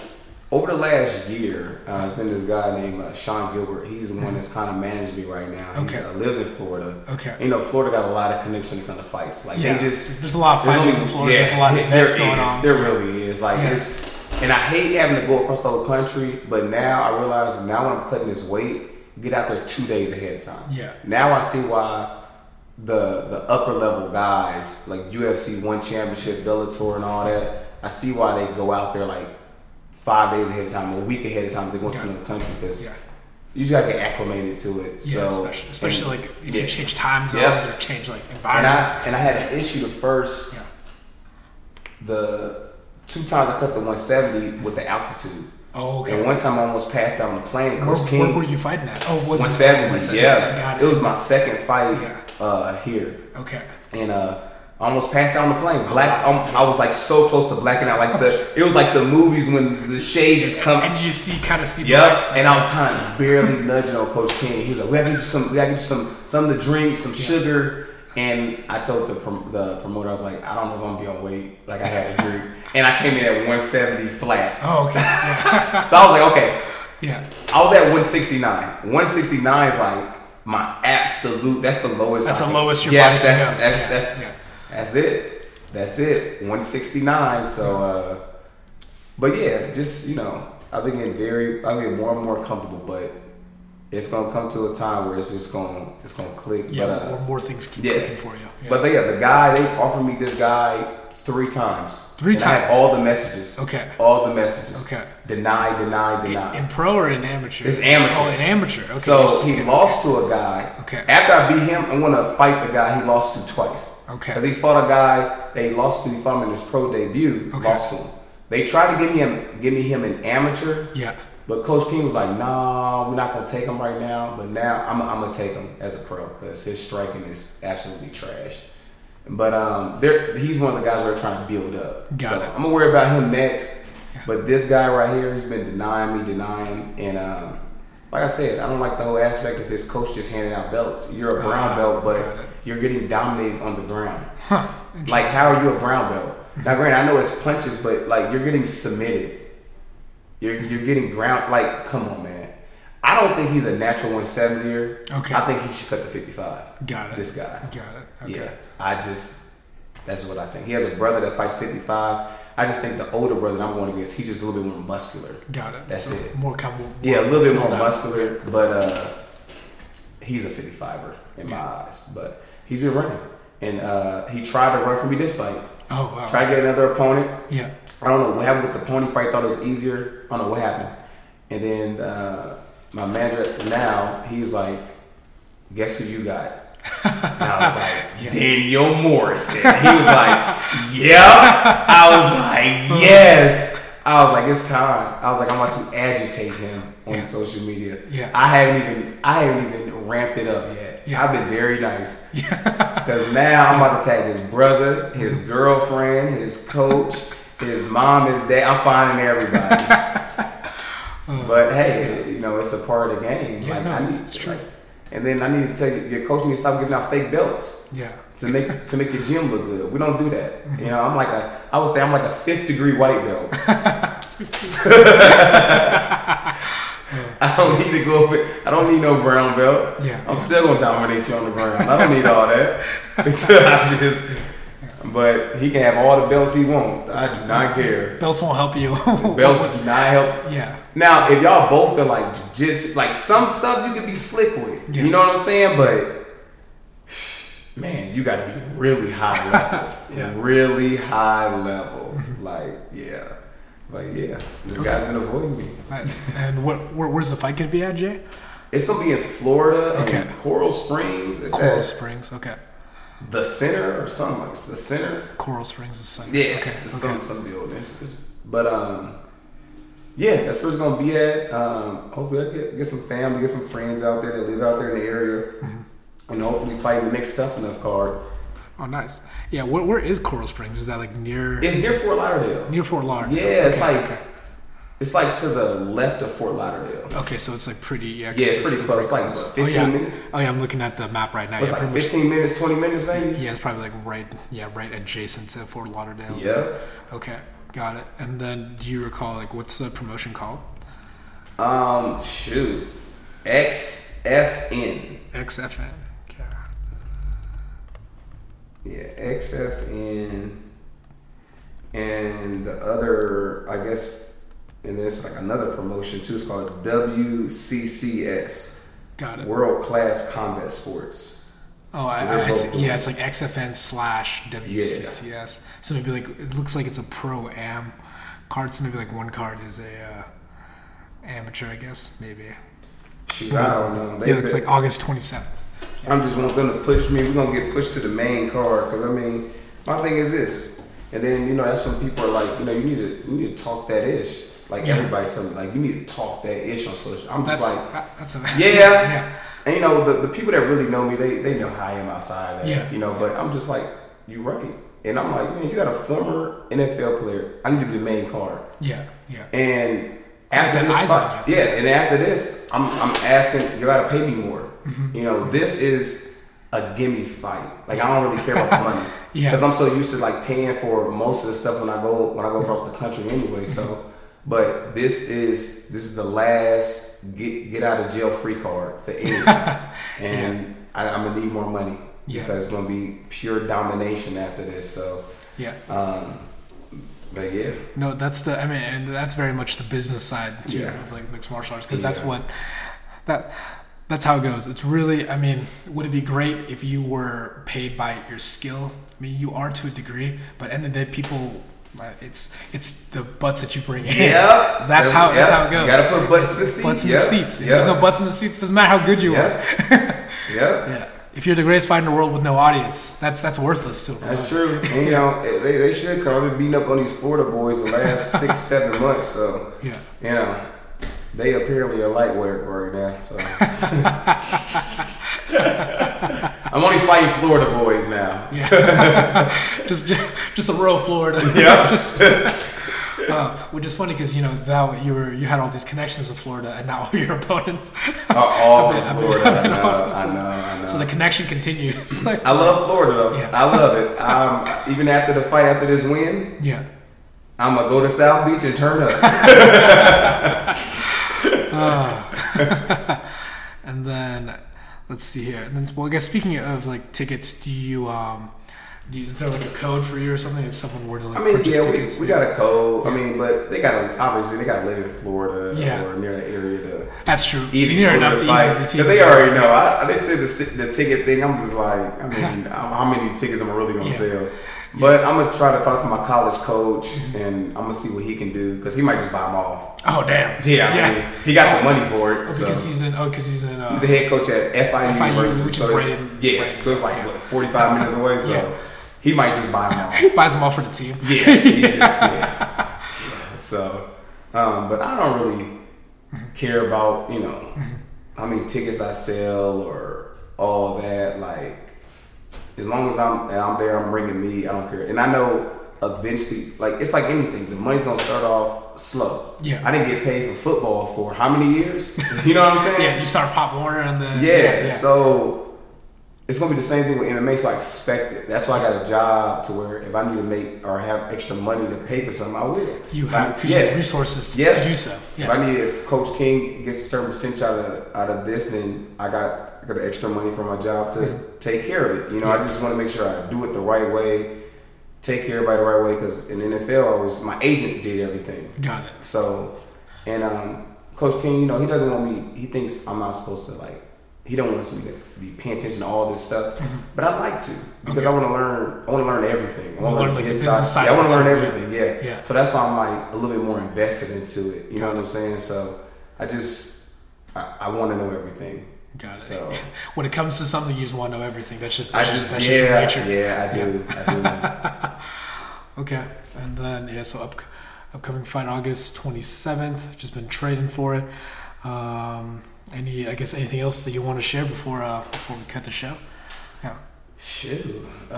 [SPEAKER 2] over the last year, uh, there's been this guy named uh, Sean Gilbert. He's the one that's kind of managed me right now. He
[SPEAKER 1] Mm-hmm. Okay.
[SPEAKER 2] uh, lives in Florida.
[SPEAKER 1] Okay.
[SPEAKER 2] You know, Florida got a lot of connections when it comes to fights. Like
[SPEAKER 1] Yeah.
[SPEAKER 2] they just
[SPEAKER 1] There's a lot of
[SPEAKER 2] there's
[SPEAKER 1] fighters in Florida. There's a lot of
[SPEAKER 2] there
[SPEAKER 1] events going
[SPEAKER 2] is.
[SPEAKER 1] on.
[SPEAKER 2] There really is. Like
[SPEAKER 1] Yeah.
[SPEAKER 2] it's and I hate having to go across the whole country, but now I realize now when I'm cutting this weight, get out there two days ahead of time.
[SPEAKER 1] Yeah.
[SPEAKER 2] Now I see why the the upper level guys like UFC One Championship, Bellator, and all that. I see why they go out there like five days ahead of time, a week ahead of time. They're going to another country because
[SPEAKER 1] Yeah.
[SPEAKER 2] you just got to get acclimated to it.
[SPEAKER 1] Yeah,
[SPEAKER 2] so
[SPEAKER 1] especially, especially like if
[SPEAKER 2] yeah.
[SPEAKER 1] you change time zones
[SPEAKER 2] Yeah.
[SPEAKER 1] or change like
[SPEAKER 2] and
[SPEAKER 1] environment.
[SPEAKER 2] I and I had an issue the first
[SPEAKER 1] Yeah.
[SPEAKER 2] the two times I cut the 170 with the altitude.
[SPEAKER 1] oh, okay.
[SPEAKER 2] And one time I almost passed out on the plane.
[SPEAKER 1] where,
[SPEAKER 2] Coach King,
[SPEAKER 1] where were you fighting at? Oh, was it
[SPEAKER 2] 170,
[SPEAKER 1] 170?
[SPEAKER 2] yeah.
[SPEAKER 1] Got
[SPEAKER 2] It. was my second fight
[SPEAKER 1] Yeah.
[SPEAKER 2] uh, here,
[SPEAKER 1] Okay.
[SPEAKER 2] and uh, I almost passed out on the plane. Black, um, I was like so close to blacking out. Like the, it was like the movies when the shades is coming.
[SPEAKER 1] And you see, kind of see.
[SPEAKER 2] Yep,
[SPEAKER 1] black-
[SPEAKER 2] and I was kind of barely nudging on Coach King. He was like, "We gotta get you some, we gotta get you some, something to drink, some sugar." And I told the prom- the promoter, I was like, "I don't know if I'm gonna be on weight. Like I had a drink, and I came in at 170 flat.
[SPEAKER 1] Oh, okay. Yeah.
[SPEAKER 2] So I was like, okay, (laughs)
[SPEAKER 1] yeah.
[SPEAKER 2] I was at 169. 169 is like my absolute. That's the lowest.
[SPEAKER 1] That's
[SPEAKER 2] I
[SPEAKER 1] the
[SPEAKER 2] can-
[SPEAKER 1] lowest your
[SPEAKER 2] yes,
[SPEAKER 1] body
[SPEAKER 2] that's,
[SPEAKER 1] can go.
[SPEAKER 2] That's
[SPEAKER 1] Yeah,
[SPEAKER 2] that's
[SPEAKER 1] yeah.
[SPEAKER 2] that's it. That's it. 169. So, uh, but yeah, just you know, I've been getting very. I get more and more comfortable, but it's gonna come to a time where it's just gonna it's gonna click.
[SPEAKER 1] Yeah.
[SPEAKER 2] but, uh,
[SPEAKER 1] or more things keep
[SPEAKER 2] yeah.
[SPEAKER 1] clicking for you. Yeah.
[SPEAKER 2] but yeah, the guy they offered me this guy three times.
[SPEAKER 1] Three
[SPEAKER 2] And I had
[SPEAKER 1] times?
[SPEAKER 2] all the messages.
[SPEAKER 1] Okay.
[SPEAKER 2] All the messages.
[SPEAKER 1] Okay.
[SPEAKER 2] Deny, deny,
[SPEAKER 1] in,
[SPEAKER 2] deny.
[SPEAKER 1] in pro or in amateur?
[SPEAKER 2] It's amateur.
[SPEAKER 1] Oh, in amateur. Okay.
[SPEAKER 2] So
[SPEAKER 1] You're
[SPEAKER 2] he
[SPEAKER 1] scared.
[SPEAKER 2] lost to a guy.
[SPEAKER 1] Okay.
[SPEAKER 2] After I beat him, I'm gonna fight the guy he lost to twice.
[SPEAKER 1] Okay.
[SPEAKER 2] Because he fought a guy that he lost to. He fought him in his pro debut.
[SPEAKER 1] Okay.
[SPEAKER 2] Lost to him. They tried to give me him, give me him an amateur,
[SPEAKER 1] Yeah.
[SPEAKER 2] but Coach King was like, "Nah, we're not gonna take him right now." But now I'm, I'm gonna take him as a pro because his striking is absolutely trash. But um, there he's one of the guys we're trying to build up.
[SPEAKER 1] Got
[SPEAKER 2] so
[SPEAKER 1] it.
[SPEAKER 2] I'm gonna worry about him next. But this guy right here, he's been denying me, denying, and um, like I said, I don't like the whole aspect of his coach just handing out belts. You're a brown
[SPEAKER 1] Ah,
[SPEAKER 2] belt,
[SPEAKER 1] got
[SPEAKER 2] but
[SPEAKER 1] it.
[SPEAKER 2] you're getting dominated on the ground.
[SPEAKER 1] Huh.
[SPEAKER 2] Like, how are you a brown belt? Now, granted, I know it's punches, but like you're getting submitted. You're you're getting ground. Like, come on, man. I don't think he's a natural 170er.
[SPEAKER 1] Okay.
[SPEAKER 2] I think he should cut to 55.
[SPEAKER 1] Got it.
[SPEAKER 2] This guy.
[SPEAKER 1] Got it. Okay.
[SPEAKER 2] Yeah, I just that's what I think. He has a brother that fights 55. I just think the older brother that I'm going against, he's just a little bit more muscular.
[SPEAKER 1] Got it.
[SPEAKER 2] That's
[SPEAKER 1] So
[SPEAKER 2] it.
[SPEAKER 1] More kind of-
[SPEAKER 2] Yeah, a little bit more
[SPEAKER 1] filled out.
[SPEAKER 2] muscular, but uh, he's a 55er in my eyes. But he's been running, and uh, he tried to run for me this fight.
[SPEAKER 1] Oh wow.
[SPEAKER 2] Try to get another opponent.
[SPEAKER 1] Yeah. (laughs)
[SPEAKER 2] I don't know what happened with the pony. Probably thought it was easier. I don't know what happened. And then uh, my manager now, he's like, "Guess who you got?" And I was
[SPEAKER 1] (laughs)
[SPEAKER 2] like, "Daniel Morrison." He was like, (laughs) "Yeah." I
[SPEAKER 1] (laughs)
[SPEAKER 2] was like, "Yes." I was like, "It's time." I was like, "I'm about to agitate him on
[SPEAKER 1] Yeah.
[SPEAKER 2] social media."
[SPEAKER 1] Yeah.
[SPEAKER 2] I haven't even I haven't even ramped it up yet.
[SPEAKER 1] Yeah.
[SPEAKER 2] I've been very nice.
[SPEAKER 1] Yeah.
[SPEAKER 2] Because now I'm about to tag his brother, his
[SPEAKER 1] Mm-hmm.
[SPEAKER 2] girlfriend, his coach, his mom, his dad. I'm
[SPEAKER 1] (laughs)
[SPEAKER 2] finding everybody. but hey, you know, it's a part of the game.
[SPEAKER 1] Yeah, no, it's- it's
[SPEAKER 2] to,
[SPEAKER 1] true.
[SPEAKER 2] like- and then I need to tell you, your coach needs to stop giving out fake belts
[SPEAKER 1] yeah.
[SPEAKER 2] to make to make your gym look good. We don't do that. You know, I'm like a I would say I'm like a fifth degree white belt. (laughs) I don't need to go up. I don't need no brown belt.
[SPEAKER 1] Yeah.
[SPEAKER 2] I'm still gonna dominate you on the ground. I don't need all that. (laughs) So I just. But he can have all the belts he wants. I do not care.
[SPEAKER 1] Belts won't help
[SPEAKER 2] (laughs)
[SPEAKER 1] you.
[SPEAKER 2] Belts do not help.
[SPEAKER 1] Yeah.
[SPEAKER 2] Now, if y'all both are like just like some stuff you could be slick with,
[SPEAKER 1] Yeah.
[SPEAKER 2] you know what I'm saying? But man, you got to be really high
[SPEAKER 1] (laughs)
[SPEAKER 2] level,
[SPEAKER 1] Yeah.
[SPEAKER 2] really high level. Like, yeah, like yeah, this guy's been avoiding me.
[SPEAKER 1] Nice. And what, where, where's the fight gonna be at, Jay?
[SPEAKER 2] It's gonna be in Florida, in
[SPEAKER 1] Okay.
[SPEAKER 2] Coral Springs. It's
[SPEAKER 1] Coral
[SPEAKER 2] at
[SPEAKER 1] Springs. Okay.
[SPEAKER 2] the center or something like it's the center.
[SPEAKER 1] Coral Springs is something.
[SPEAKER 2] Yeah,
[SPEAKER 1] Okay.
[SPEAKER 2] it's some
[SPEAKER 1] Okay.
[SPEAKER 2] some buildings. It's- But um, yeah, that's where it's gonna be at. Um, hopefully, I get get some family, get some friends out there that live out there in the area,
[SPEAKER 1] Mm-hmm.
[SPEAKER 2] and hopefully fight the next tough enough card.
[SPEAKER 1] Oh, nice. Yeah. Where, where is Coral Springs? Is that like near
[SPEAKER 2] It's near Fort Lauderdale.
[SPEAKER 1] near Fort Lauderdale?
[SPEAKER 2] Yeah, it's
[SPEAKER 1] Okay,
[SPEAKER 2] like
[SPEAKER 1] okay.
[SPEAKER 2] it's like to the left of Fort Lauderdale.
[SPEAKER 1] Okay, so it's like pretty. Yeah, 'cause
[SPEAKER 2] Yeah, it's pretty
[SPEAKER 1] still
[SPEAKER 2] close. It's like what, 15
[SPEAKER 1] oh, yeah.
[SPEAKER 2] minutes.
[SPEAKER 1] Oh yeah, I'm looking at the map right now.
[SPEAKER 2] It's
[SPEAKER 1] yeah,
[SPEAKER 2] like
[SPEAKER 1] pretty much-
[SPEAKER 2] 15 minutes, 20 minutes, maybe.
[SPEAKER 1] yeah, it's probably like right. Yeah, right adjacent to Fort Lauderdale.
[SPEAKER 2] Yeah.
[SPEAKER 1] Okay, got it. And then, do you recall like what's the promotion called?
[SPEAKER 2] Um, shoot, XFN.
[SPEAKER 1] XFN. Okay.
[SPEAKER 2] Yeah, XFN and the other, I guess, and there's like another promotion too. It's called WCCS,
[SPEAKER 1] Got it.
[SPEAKER 2] World Class Combat Sports.
[SPEAKER 1] Oh,
[SPEAKER 2] So
[SPEAKER 1] I,
[SPEAKER 2] they're
[SPEAKER 1] I see.
[SPEAKER 2] both-
[SPEAKER 1] yeah, it's like XFN slash WCCS. So maybe like it looks like it's a pro am cards. Maybe like one card is a uh, amateur, I guess. Maybe.
[SPEAKER 2] Shoot, I don't know. They
[SPEAKER 1] Yeah, it's
[SPEAKER 2] bet-
[SPEAKER 1] like August twenty seventh.
[SPEAKER 2] I'm just want them to push me. We're gonna get pushed to the main card because I mean, my thing is this, and then you know that's when people are like, you know, you need to you need to talk that ish. Like
[SPEAKER 1] Yeah.
[SPEAKER 2] everybody, something like you need to talk that ish on social. I'm just
[SPEAKER 1] That's
[SPEAKER 2] like,
[SPEAKER 1] that- that's a
[SPEAKER 2] yeah.
[SPEAKER 1] yeah.
[SPEAKER 2] And you know, the, the people that really know me, they they know how I am outside of that.
[SPEAKER 1] Yeah.
[SPEAKER 2] You know, but I'm just like, you're right. And I'm like, man, you got a former NFL player. I need to be the main card.
[SPEAKER 1] (laughs) Yeah, yeah.
[SPEAKER 2] And
[SPEAKER 1] like
[SPEAKER 2] after
[SPEAKER 1] the
[SPEAKER 2] this,
[SPEAKER 1] eyes
[SPEAKER 2] fi-
[SPEAKER 1] on
[SPEAKER 2] yeah, and after this, I'm I'm asking you gotta pay me more.
[SPEAKER 1] Mm-hmm.
[SPEAKER 2] You know, this is a gimme fight. Like I don't really care about
[SPEAKER 1] (laughs)
[SPEAKER 2] the money
[SPEAKER 1] Yeah.
[SPEAKER 2] because I'm so used to like paying for most of the stuff when I go when I go across the country
[SPEAKER 1] Mm-hmm.
[SPEAKER 2] anyway. So, but this is this is the last get get out of jail free card
[SPEAKER 1] (laughs)
[SPEAKER 2] for anyone, and I, I'm gonna need more money
[SPEAKER 1] Yeah.
[SPEAKER 2] because it's gonna be pure domination after this. So,
[SPEAKER 1] Yeah.
[SPEAKER 2] um, but yeah,
[SPEAKER 1] No, that's the I mean, and that's very much the business side too
[SPEAKER 2] Yeah.
[SPEAKER 1] of like mixed martial arts because that's
[SPEAKER 2] Yeah.
[SPEAKER 1] what that that's how it goes. It's really I mean, would it be great if you were paid by your skill? I mean, you are to a degree, but end of the day, people. uh, It's it's the butts that you bring in.
[SPEAKER 2] Yep.
[SPEAKER 1] that's how that's
[SPEAKER 2] Yep.
[SPEAKER 1] how it goes.
[SPEAKER 2] You gotta put butts in the seats.
[SPEAKER 1] Butts in
[SPEAKER 2] Yep.
[SPEAKER 1] the seats. If
[SPEAKER 2] Yep.
[SPEAKER 1] there's no butts in the seats, doesn't matter how good you
[SPEAKER 2] yeah, yeah.
[SPEAKER 1] are. (laughs) Yeah. If you're the greatest fighter in the world with no audience, that's that's worthless to a promoter.
[SPEAKER 2] That's true. And, you know, it- they, they should come. I've been beating up on these Florida boys the
[SPEAKER 1] (laughs)
[SPEAKER 2] last six, seven months. So,
[SPEAKER 1] Yeah.
[SPEAKER 2] you know, they apparently are lightweight right now.
[SPEAKER 1] (laughs)
[SPEAKER 2] So. I'm only fighting Florida boys now.
[SPEAKER 1] Yeah. (laughs) just, just just a rural Florida.
[SPEAKER 2] (laughs)
[SPEAKER 1] (laughs)
[SPEAKER 2] Yeah.
[SPEAKER 1] Just- uh, which is funny because you know now you were you had all these connections in Florida and now (laughs) all your opponents.
[SPEAKER 2] Are Uh, all
[SPEAKER 1] I've been- I've
[SPEAKER 2] from
[SPEAKER 1] been-
[SPEAKER 2] Florida. Uh,
[SPEAKER 1] I've
[SPEAKER 2] I
[SPEAKER 1] been
[SPEAKER 2] know,
[SPEAKER 1] all from
[SPEAKER 2] I know, I know.
[SPEAKER 1] so the connection continues. (laughs) like,
[SPEAKER 2] I love Florida, though.
[SPEAKER 1] Yeah.
[SPEAKER 2] I love it. Um, even after the fight, after this win,
[SPEAKER 1] yeah.
[SPEAKER 2] I'm going to go to South Beach and turn up.
[SPEAKER 1] And then let's see here. And then well, I guess speaking of like tickets, do you um, do you, is there like a code for you or something if someone were to like
[SPEAKER 2] I mean,
[SPEAKER 1] purchase
[SPEAKER 2] yeah, we,
[SPEAKER 1] tickets?
[SPEAKER 2] we got a code. I mean, but they got to obviously they got to live in Florida
[SPEAKER 1] Yeah.
[SPEAKER 2] or near that area to
[SPEAKER 1] That's true.
[SPEAKER 2] even
[SPEAKER 1] Near enough to even
[SPEAKER 2] because they already know. I, I did say the si- the ticket thing. I'm just like, I
[SPEAKER 1] (laughs)
[SPEAKER 2] mean, how how many tickets am I really gonna
[SPEAKER 1] Yeah. Mm-hmm.
[SPEAKER 2] sell? But I'm gonna try to talk to my college coach, and I'm gonna see what he can do because he might just buy them all.
[SPEAKER 1] Oh damn.
[SPEAKER 2] Yeah, I mean, he got the money for it.
[SPEAKER 1] Oh,
[SPEAKER 2] So.
[SPEAKER 1] because he's in. Oh, because he's in.
[SPEAKER 2] (laughs)
[SPEAKER 1] Uh,
[SPEAKER 2] He's the head coach at FIU,
[SPEAKER 1] FIU,
[SPEAKER 2] University,
[SPEAKER 1] which
[SPEAKER 2] so
[SPEAKER 1] is
[SPEAKER 2] it's,
[SPEAKER 1] right in-
[SPEAKER 2] yeah,
[SPEAKER 1] right in-
[SPEAKER 2] so it's like what 45 minutes away. So
[SPEAKER 1] Yeah.
[SPEAKER 2] he might just buy them all.
[SPEAKER 1] buys them all for the team. (laughs)
[SPEAKER 2] Yeah, he just yeah. yeah. So, um, but I don't really care about you know how many tickets I sell or all that. Like, as long as I'm and I'm there, I'm bringing me. I don't care. And I know eventually, like it's like anything, the money's gonna start off slow.
[SPEAKER 1] Yeah.
[SPEAKER 2] I didn't get paid for football for how many years? (laughs) You know what I'm saying?
[SPEAKER 1] Yeah, you start Pop Warner and then
[SPEAKER 2] yeah, so it's gonna be the same thing with MMA. So I expect it. That's why I got a job to where if I need to make or have extra money to pay for something, I will.
[SPEAKER 1] you
[SPEAKER 2] If
[SPEAKER 1] have
[SPEAKER 2] I,
[SPEAKER 1] because you have
[SPEAKER 2] yeah.
[SPEAKER 1] resources to-
[SPEAKER 2] Yeah.
[SPEAKER 1] to do so.
[SPEAKER 2] If
[SPEAKER 1] Yeah,
[SPEAKER 2] I need, if Coach King gets a certain percentage out of out of this, then I got I got the extra money from my job to
[SPEAKER 1] Mm-hmm.
[SPEAKER 2] take care of it. You know, I just want to make sure I do it the right way, take care of everybody the right way. Because in NFL, I was my agent did everything.
[SPEAKER 1] got it.
[SPEAKER 2] So, and um, Coach King, you know, he doesn't want me. He thinks I'm not supposed to like. He don't wants me to be paying attention to all this stuff,
[SPEAKER 1] Mm-hmm.
[SPEAKER 2] but I like to because I want to learn. I want to learn everything. I
[SPEAKER 1] Wanna
[SPEAKER 2] want to
[SPEAKER 1] learn,
[SPEAKER 2] learn
[SPEAKER 1] like, the
[SPEAKER 2] his
[SPEAKER 1] business
[SPEAKER 2] side.
[SPEAKER 1] side
[SPEAKER 2] Yeah, I want to
[SPEAKER 1] of it
[SPEAKER 2] learn
[SPEAKER 1] too,
[SPEAKER 2] everything.
[SPEAKER 1] Yeah.
[SPEAKER 2] Yeah. So that's why I'm like a little bit more invested into it. You know what I'm saying? So I just I, I want to know everything.
[SPEAKER 1] Got it.
[SPEAKER 2] So-
[SPEAKER 1] when it comes to something, you just want to know everything. That's just
[SPEAKER 2] I
[SPEAKER 1] that's just,
[SPEAKER 2] just
[SPEAKER 1] that's
[SPEAKER 2] yeah
[SPEAKER 1] just your nature.
[SPEAKER 2] yeah I do
[SPEAKER 1] (laughs)
[SPEAKER 2] I
[SPEAKER 1] Okay, and then yeah, so up, upcoming fight August twenty seventh. Just been trading for it. Um, any I guess anything else that you want to share before uh, before we cut the show? Yeah,
[SPEAKER 2] do. Shoot. Uh,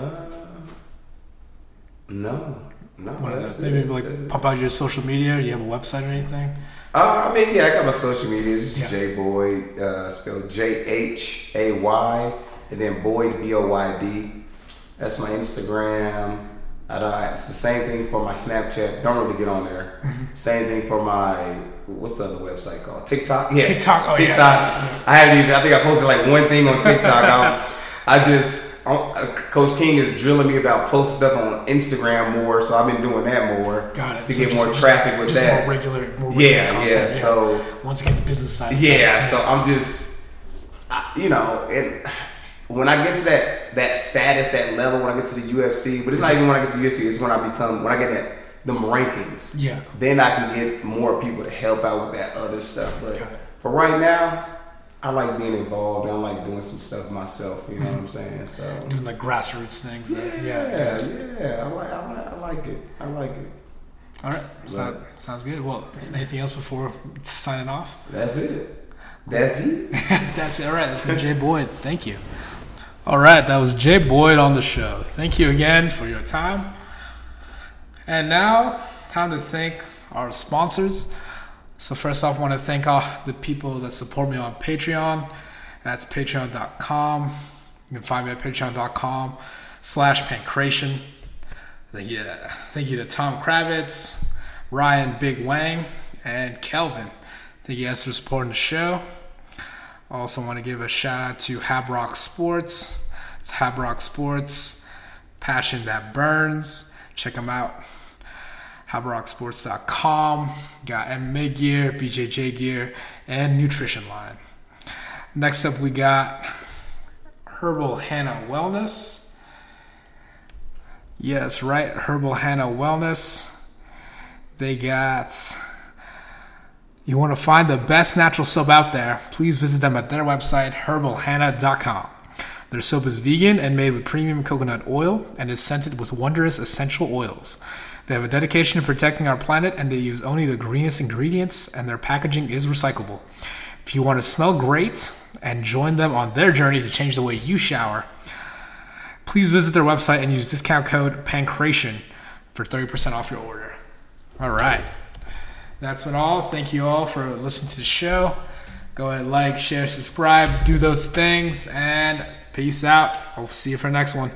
[SPEAKER 2] no. No.
[SPEAKER 1] Wanna
[SPEAKER 2] that's
[SPEAKER 1] maybe
[SPEAKER 2] it.
[SPEAKER 1] like
[SPEAKER 2] That's it.
[SPEAKER 1] pump out your social media. Do you have a website or anything?
[SPEAKER 2] Uh, I mean, yeah, I got my social media. It's
[SPEAKER 1] Yeah.
[SPEAKER 2] J Boyd, uh, spelled J H A Y, and then Boyd B O Y D. That's my Instagram. I don't, it's the same thing for my Snapchat. Don't really get on there.
[SPEAKER 1] Mm-hmm.
[SPEAKER 2] Same thing for my what's the other website called? TikTok. Yeah,
[SPEAKER 1] TikTok. Oh, yeah.
[SPEAKER 2] TikTok. I haven't even. I think I posted like one thing on TikTok. I was. I just. I- Coach King is drilling me about posting stuff on Instagram more, so I've been doing that more
[SPEAKER 1] Got it.
[SPEAKER 2] to
[SPEAKER 1] So
[SPEAKER 2] get
[SPEAKER 1] just-
[SPEAKER 2] more traffic with
[SPEAKER 1] just
[SPEAKER 2] that.
[SPEAKER 1] more regular, more regular
[SPEAKER 2] yeah,
[SPEAKER 1] content,
[SPEAKER 2] yeah. So.
[SPEAKER 1] (laughs) once again, the business side.
[SPEAKER 2] Yeah, so I'm just, I, you know, and when I get to that that status, that level, when I get to the UFC, but it's not even when I get to the UFC, it's when I become when I get that them rankings.
[SPEAKER 1] Yeah.
[SPEAKER 2] Then I can get more people to help out with that other stuff. But
[SPEAKER 1] Got it.
[SPEAKER 2] for right now, I like being involved. I like doing some stuff myself. You know what I'm saying? So
[SPEAKER 1] Doing like grassroots things.
[SPEAKER 2] yeah,
[SPEAKER 1] that- yeah.
[SPEAKER 2] yeah, I like, I like, I like it. I like it.
[SPEAKER 1] All right. So, sounds good. Well, anything else before signing off?
[SPEAKER 2] That's it. That's
[SPEAKER 1] (laughs)
[SPEAKER 2] it.
[SPEAKER 1] That's it. All right. That's been Jay Boyd. Thank you. All right. That was Jay Boyd on the show. Thank you again for your time. And now it's time to thank our sponsors. So first off, I want to thank all the people that support me on Patreon. That's patreon.com. You can find me at patreon.com slash pancration. Thank you, thank you to Tom Kravitz, Ryan Big Wang, and Kelvin. Thank you guys for supporting the show. I also want to give a shout out to Habrock Sports. It's Habrock Sports, passion that burns. Check them out. HabrockSports.com. Got MMA gear, BJJ gear, and nutrition line. Next up, we got Herbal Hannah Wellness. Yes, right. Herbal Hannah Wellness. They got. You want to find the best natural soap out there, please visit them at their website, herbalhanna.com. Their soap is vegan and made with premium coconut oil and is scented with wondrous essential oils. They have a dedication to protecting our planet and they use only the greenest ingredients, and their packaging is recyclable. If you want to smell great and join them on their journey to change the way you shower, please visit their website and use discount code PANCRATION for 30% off your order. All right. That's been all. Thank you all for listening to the show. Go ahead, like, share, subscribe, do those things, and peace out. I'll see you for the next one.